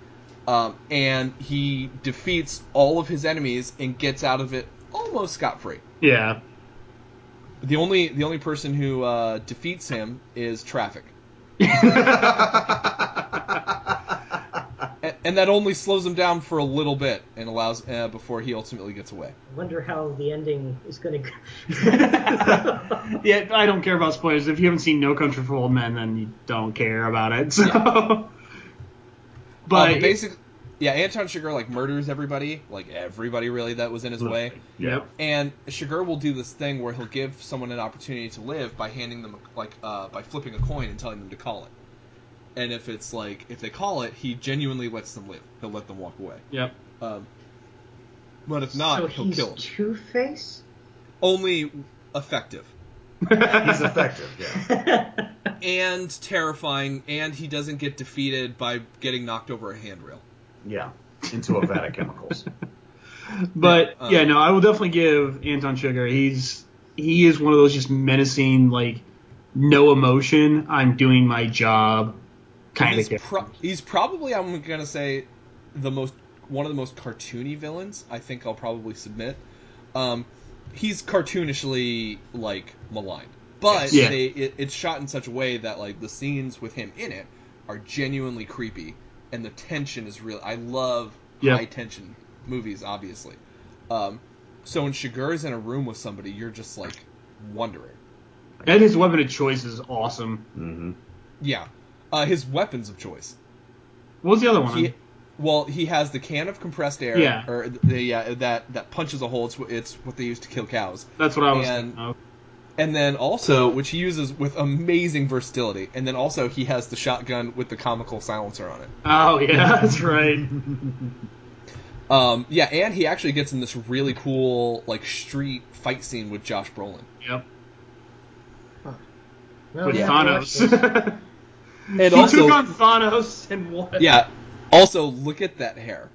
Um, and he defeats all of his enemies and gets out of it almost scot free. Yeah. The only the only person who uh, defeats him is traffic, and, and that only slows him down for a little bit and allows uh, before he ultimately gets away. Uh, I wonder how the ending is going to go. Yeah, I don't care about spoilers. If you haven't seen No Country for Old Men, then you don't care about it. So, Uh, but but basically, yeah, Anton Chigurh like murders everybody, like everybody really that was in his way. yep. And Chigurh will do this thing where he'll give someone an opportunity to live by handing them like uh, by flipping a coin and telling them to call it. And if it's like if they call it, he genuinely lets them live. He'll let them walk away. Yep. Um, but if not, so he'll he's kill. 'em. Two Face. Only effective. He's effective. Yeah. and terrifying, and he doesn't get defeated by getting knocked over a handrail. Yeah. Into a vat of chemicals. But Yeah, um, yeah, no, I will definitely give Anton Sugar. He's he is one of those just menacing, like no emotion. I'm doing my job, kind He's, of. pro- he's probably, I'm gonna say, the most one of the most cartoony villains. I think I'll probably submit. Um, he's cartoonishly like maligned, but Yeah. they, it, it's shot in such a way that like the scenes with him in it are genuinely creepy, and the tension is real. I love Yeah. high tension movies, obviously. Um, so when Shigur is in a room with somebody, you're just like wondering. and his weapon of choice is awesome. Mm-hmm. Yeah. Uh, his weapons of choice. What was the other one? He, well, he has the can of compressed air, Yeah. or the uh, that that punches a hole. It's, wh- it's what they use to kill cows, That's what I was. and- thinking of. and then also which he uses with amazing versatility. And then also he has the shotgun with the comical silencer on it. Oh yeah, that's right. Um, yeah, and he actually gets in this really cool like street fight scene with Josh Brolin. Yep. No, With yeah, I watched Thanos. And he also, took on Thanos and what? yeah, also look at that hair.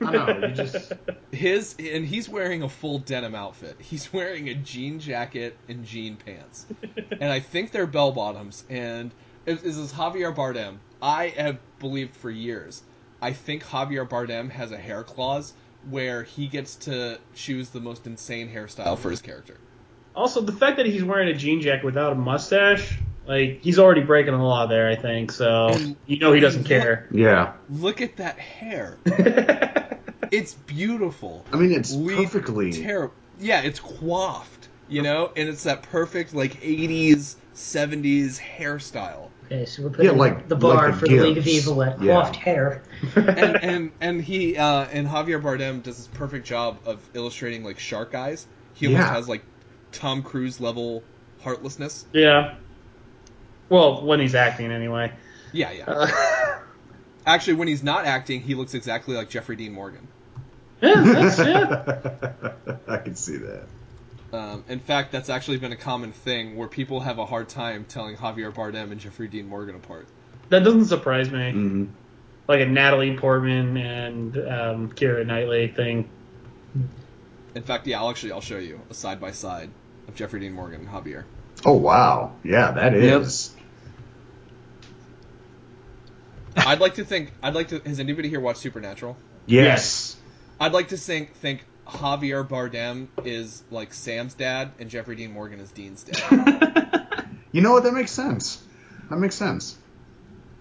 I know. You just. His and he's wearing a full denim outfit. He's wearing a jean jacket and jean pants, and I think they're bell bottoms. And is this is Javier Bardem? I have believed for years I think Javier Bardem has a hair clause where he gets to choose the most insane hairstyle for his character. Also, the fact that he's wearing a jean jacket without a mustache, like he's already breaking the law there. I think so. And- You know he doesn't care. Yeah. Look at that hair. yeah, It's beautiful. I mean, it's Leave perfectly. Terrible. Yeah, it's coiffed, you know, and it's that perfect like 80s, 70s hairstyle. Okay, so we're putting Yeah, like- the bar like the for the League of Gibbs. Evil at Yeah. coiffed hair. and and and he uh, and Javier Bardem does this perfect job of illustrating like shark eyes. He almost Yeah. has like Tom Cruise level heartlessness. well, when he's acting anyway. Yeah, yeah. Uh, Actually, when he's not acting, he looks exactly like Jeffrey Dean Morgan. yeah, that's yeah. I can see that. Um, in fact, that's actually been a common thing where people have a hard time telling Javier Bardem and Jeffrey Dean Morgan apart. That doesn't surprise me. hmm Like a Natalie Portman and um, Kira Knightley thing. In fact, yeah, I'll actually I'll show you a side by side of Jeffrey Dean Morgan and Javier. Oh wow. Yeah, that Yep. is. I'd like to think I'd like to has anybody here watched Supernatural? Yes. I'd like to think think Javier Bardem is like Sam's dad and Jeffrey Dean Morgan is Dean's dad. You know what? That makes sense. That makes sense.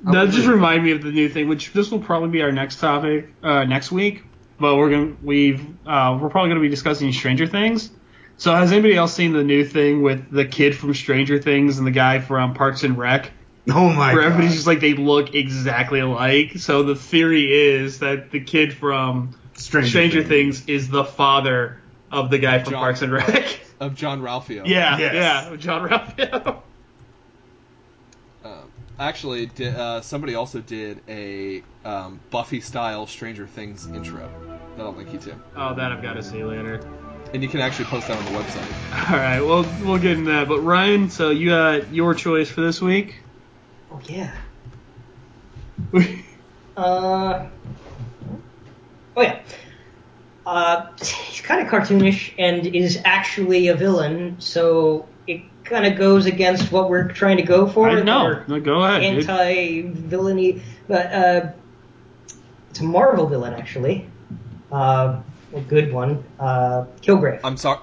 That just Unbelievable. remind me of the new thing, which this will probably be our next topic uh, next week. But we're gonna we've uh, we're probably gonna be discussing Stranger Things. So has anybody else seen the new thing with the kid from Stranger Things and the guy from Parks and Rec, Oh my where god. everybody's just like they look exactly alike? So the theory is that the kid from Stranger, Stranger Things is the father of the guy from John. Parks and Rec. of John Ralphio. yeah, Yes. yeah, John Ralphio. Um, actually, di- uh, somebody also did a um, Buffy style Stranger Things intro that I'll link you to, Oh, that I've got to see later. and you can actually post that on the website. All right, well, we'll get into that. But Ryan, so you got your choice for this week. Oh yeah. All Uh, oh yeah. Uh, he's kind of cartoonish and is actually a villain, so it kind of goes against what we're trying to go for. right, no, our no, go ahead, dude. anti-villainy, but uh, it's a Marvel villain actually. Uh, a good one. Uh, Kilgrave. I'm sorry.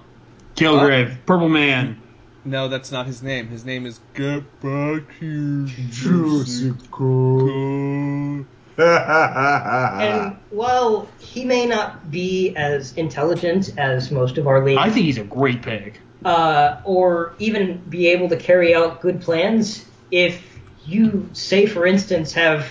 Kilgrave, Purple Man. No, that's not his name. His name is Get Back Here, Jessica. Jessica. and while he may not be as intelligent as most of our league, I think he's a great pick. uh, or even be able to carry out good plans if you say for instance have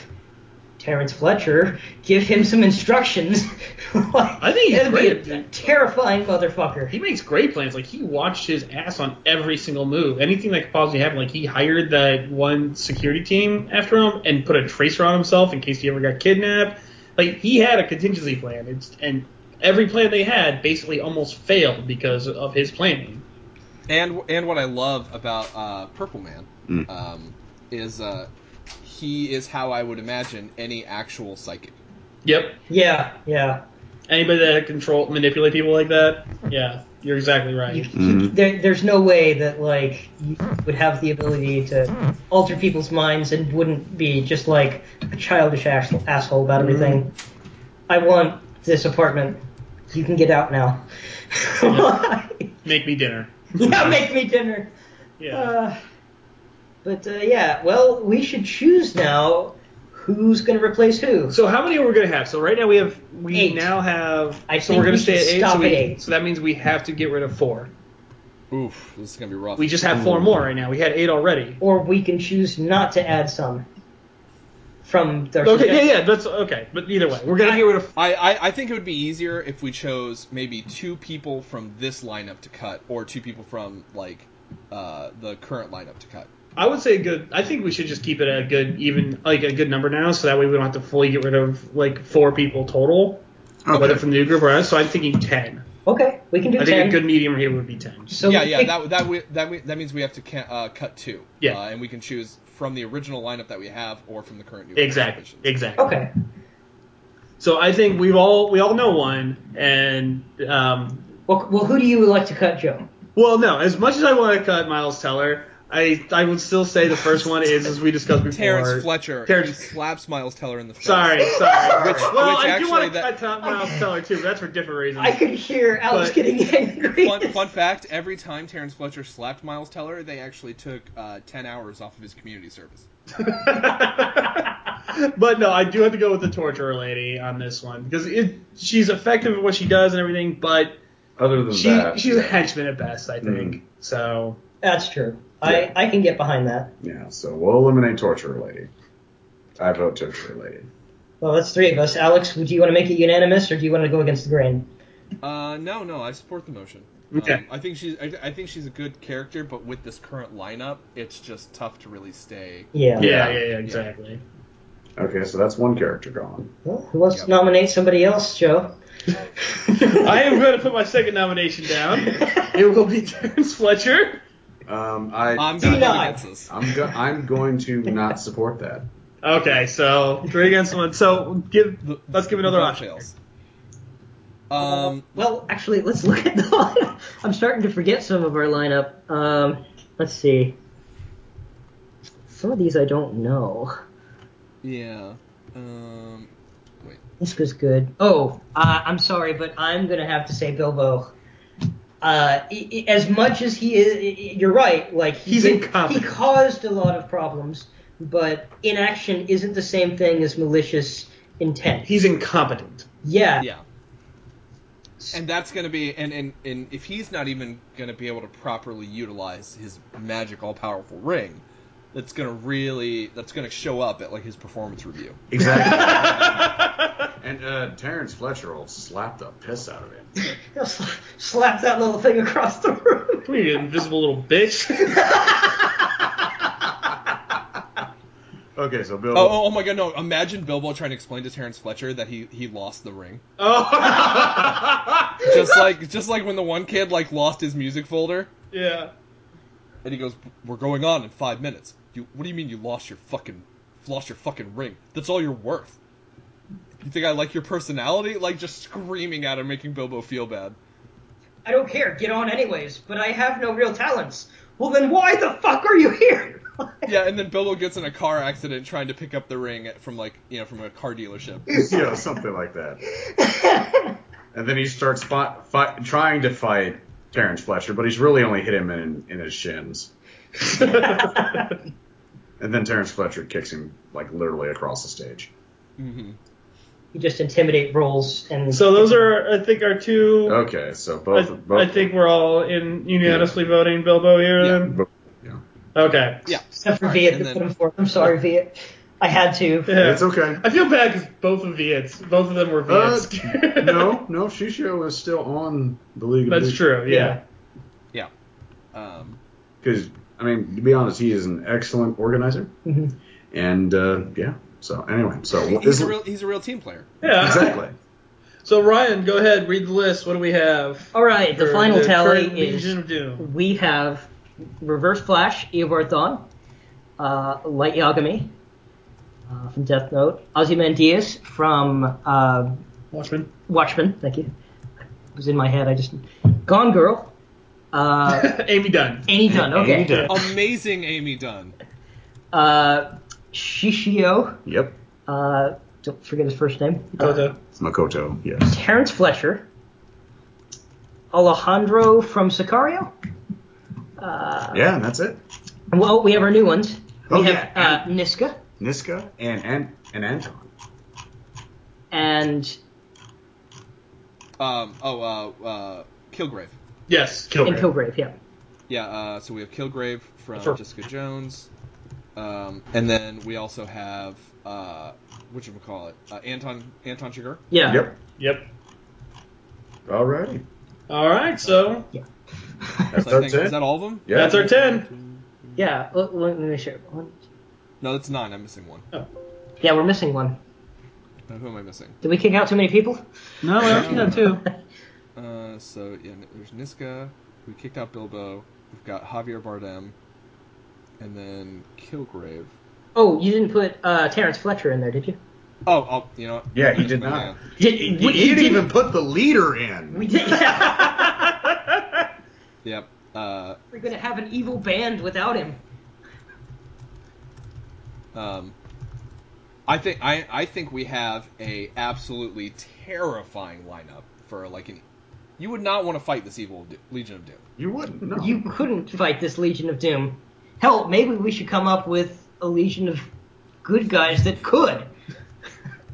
Terrence Fletcher give him some instructions I think he's great. be a terrifying motherfucker He makes great plans. Like he watched his ass on every single move. Anything that could possibly happen. Like he hired that one security team after him and put a tracer on himself in case he ever got kidnapped. Like he had a contingency plan. It's, and every plan they had basically almost failed because of his planning. And and what I love about uh, Purple Man Mm. um, is uh, he is how I would imagine any actual psychic. Yep. yeah yeah Anybody that control manipulate people like that. Yeah, you're exactly You- right. Mhm. there, there's no way that like you would have the ability to alter people's minds and wouldn't be just like a childish ass- asshole about everything Mm-hmm. I want this apartment you can get out now Make me dinner. yeah, make me dinner. Yeah. Uh, but uh, yeah, well, we should choose now who's going to replace who. So how many are we gonna have? So right now we have we Eight. now have. I so think we're gonna we stay should at eight. stop so, we, at eight. so that means we have to get rid of four. Oof, this is gonna be rough. We just have four more right now. We had eight already. or we can choose not to add some from their Okay, yeah, yeah, that's okay. But either way, we're gonna get rid of. I, I, I think it would be easier if we chose maybe two people from this lineup to cut, or two people from like uh, the current lineup to cut. I would say a good. I think we should just keep it a good even, like a good number now, so that way we don't have to fully get rid of like four people total, whether okay. from the new group or us. So I'm thinking ten. Okay, we can do I think ten. a good medium here would be ten. so yeah, we yeah, pick- that that we, that we, that means we have to ca- uh, cut two. Yeah. uh, and we can choose from the original lineup that we have, or from the current new Exactly. Lineup. Exactly. okay. So I think we've all we all know one, and um, Well, well, who do you like to cut, Joe? Well, no. As much as I want to cut Miles Teller, I I would still say the first one is, as we discussed before. Terrence Fletcher. Terrence- He slaps Miles Teller in the face. Sorry, sorry. Which- well, which I do want actually to that- cut Tom Miles Teller too, but that's for different reasons. I could hear Alex But- getting angry. Fun, fun fact: Every time Terrence Fletcher slapped Miles Teller, they actually took uh, ten hours off of his community service. but no, I do have to go with the torturer lady on this one because it, she's effective at what she does and everything, but Other than she that, she's a yeah. henchman at best, I think. Mhm. So That's true. Yeah. I, I can get behind that. yeah. So we'll eliminate torture lady. I vote torture lady. Well, that's three of us. Alex, do you want to make it unanimous, or do you want to go against the grain? Uh, no, no, I support the motion. Okay. Um, I think she's. I, I think she's a good character, but with this current lineup, it's just tough to really stay. Yeah. yeah, yeah, yeah, exactly. Okay, so that's one character gone. Well, who wants Yep. to nominate somebody else, Joe? I am going to put my second nomination down. It will be Terrence Fletcher. Um, I I'm Denied. going against this. I'm go- I'm going to not support that. Okay, so three against one. So give The- let's give another the vote option. fails. Um, well, actually, let's look at the lineup. I'm starting to forget some of our lineup. Um, let's see. Some of these I don't know. yeah. Um, This was good. Oh, uh, I'm sorry, but I'm gonna have to say Bilbo. Uh, i- i- as much as he is, i- i- you're right. Like he He's did- incompetent. He caused a lot of problems, but inaction isn't the same thing as malicious intent. He's incompetent. Yeah, yeah. And that's going to be and, and and if he's not even going to be able to properly utilize his magic all powerful ring, that's going to really that's going to show up at like his performance review. Exactly. and uh, Terrence Fletcher will slap the piss out of him. He'll sla- slap that little thing across the room. What are you, invisible little bitch? Okay, so Bill. Oh, oh, oh my god, no. Imagine Bilbo trying to explain to Terrence Fletcher that he, he lost the ring. oh, Just like just like when the one kid like lost his music folder yeah. and he goes, We're going on in five minutes. You what do you mean you lost your fucking lost your fucking ring? That's all you're worth. You think I like your personality? Like just screaming at him, making Bilbo feel bad. I don't care. Get on anyways. But I have no real talents. Well, then why the fuck are you here? Yeah, and then Bilbo gets in a car accident trying to pick up the ring from like you know, from a car dealership. you know, something like that. And then he starts fi- fi- trying to fight Terrence Fletcher, but he's really only hit him in, in his shins. And then Terrence Fletcher kicks him, like, literally across the stage. hmm you just intimidate roles and so those are, I think, our two. Okay, so I, Oh, both. both I think we're all in unanimously voting Bilbo here. Yeah. Then Bo- yeah. okay. Yeah. Except for All right, Viet, and who then- put him forth. I'm sorry, Viet. I had to. Yeah. It's okay. I feel bad because both of Viet's, both of them were Uh, Viet's. no, no, Shishio is still on the League of that's true. Yeah. Um, Because, I mean, to be honest, he is an excellent organizer. Mhm. Mm-hmm. And, uh, yeah. So, anyway, so. what he's is a real he's a real team player. Yeah. Exactly. So Ryan, go ahead, read the list. What do we have? All right, the for final current tally is Legion of Doom. we have Reverse Flash, Eobard Thawne, uh, Light Yagami uh, from Death Note, Ozymandias from uh, Watchmen. Watchmen. Thank you. It was in my head. I just Gone Girl. Uh, Amy Dunn. Annie Dunn. Okay. Amy Dunn. Amazing Amy Dunn. Uh, Shishio. Yep. Uh, don't forget his first name. Uh, Dakota. Makoto, yes. Terrence Fletcher, Alejandro from Sicario. Yeah, and that's it. Well, we have our new ones. We Oh, have yeah. uh, Niska Niska and and, and Anton. and Um, oh, uh, uh, Kilgrave. Yes. and Kilgrave. Kilgrave. Yeah. Yeah, uh, so we have Kilgrave from Sure. Jessica Jones. Um, and then we also have, uh, what you call it? Uh, Anton Anton Chigurh. Yeah. Yep. Alrighty. All right. So That's So I our think, 10. is that all of them? yeah. that's our ten. Yeah. Let, let me share. One. No, that's nine. I'm missing one. Yeah, we're missing one. Now, who am I missing? Did we kick out too many people? No, Oh, we actually got two. Uh, so yeah, there's Niska. We kicked out Bilbo. We've got Javier Bardem, and then Kilgrave. Oh, you didn't put uh, Terrence Fletcher in there, did you? Oh, oh, you know. what? Yeah, he did Yeah. not. Did, He, he didn't even put the leader in. We did. Yeah. Yep. Uh, We're gonna have an evil band without him. um, I think I, I think we have a absolutely terrifying lineup for like an. You would not want to fight this evil D- Legion of Doom. You wouldn't. No. You couldn't fight this Legion of Doom. Hell, maybe we should come up with a Legion of good guys that could.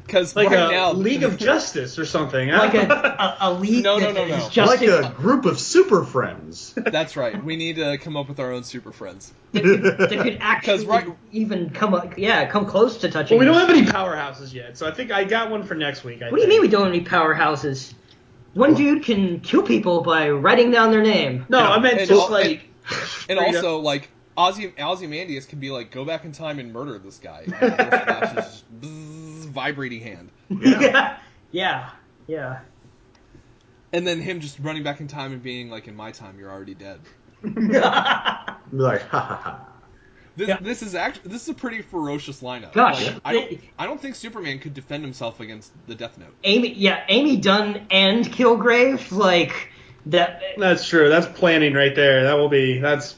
Because Like right a now, League of Justice or something. huh? Like a, a, a league No, no, that no, no. is like just a group of super friends. that's right. We need to come up with our own super friends. that could actually right- even come up, yeah, come close to touching. Well, we don't us. have any powerhouses yet, so I think I got one for next week. I What do you mean we don't have any powerhouses? One dude can kill people by writing down their name. No, I meant And just al- like. And Straight also, like Ozzy Ozymandias can be like, go back in time and murder this guy. And then Flash is just bzzz, vibrating hand, Yeah. yeah. Yeah. and then him just running back in time and being like, in my time, you're already dead. like, ha ha ha. This, Yeah. this is act. This is a pretty ferocious lineup. Gosh. Like, I don't. I don't think Superman could defend himself against the Death Note. Amy yeah, Amy Dunn and Kilgrave, like that That's true. That's planning right there. That will be. That's.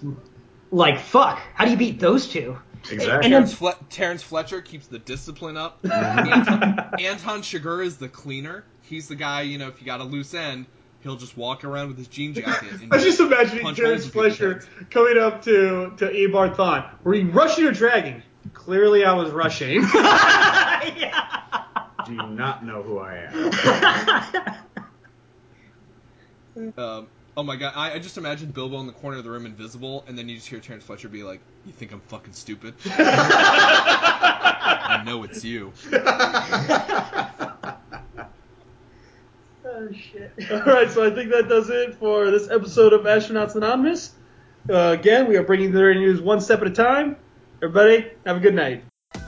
like fuck. How do you beat those two? Exactly. And then Terrence, Fle- Terrence Fletcher keeps the discipline up. Anton, Anton Chigurh is the cleaner. He's the guy. You know, if you got a loose end, he'll just walk around with his jean jacket. And I was just imagining Punch Terrence holes in people's Fletcher heads. coming up to to Abar Thon. Were you rushing or dragging? Clearly, I was rushing. yeah. Do you not know who I am? Um, oh my god, I, I just imagined Bilbo in the corner of the room, invisible, and then you just hear Terrence Fletcher be like, "You think I'm fucking stupid? I know it's you." Oh shit. All right, so I think that does it for this episode of Astronauts Anonymous. Uh, again, we are bringing the nerdy news one step at a time. Everybody, have a good night.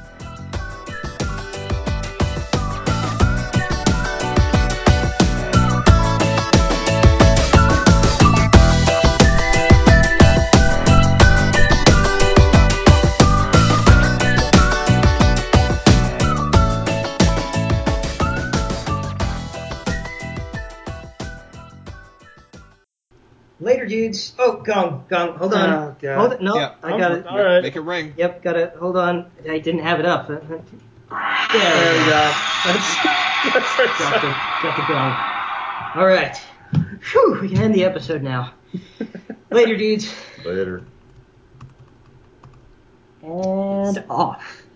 Later dudes. Oh gong, gong. Hold on. Oh, God. Hold it. No, Yeah. I got it. Oh, All right. Make it ring. Yep, got it. Hold on. I didn't have it up. There we go. There we go. That's, that's our Got sign. the, got the gong. All right. Whew, we can end the episode now. Later dudes. Later. And off.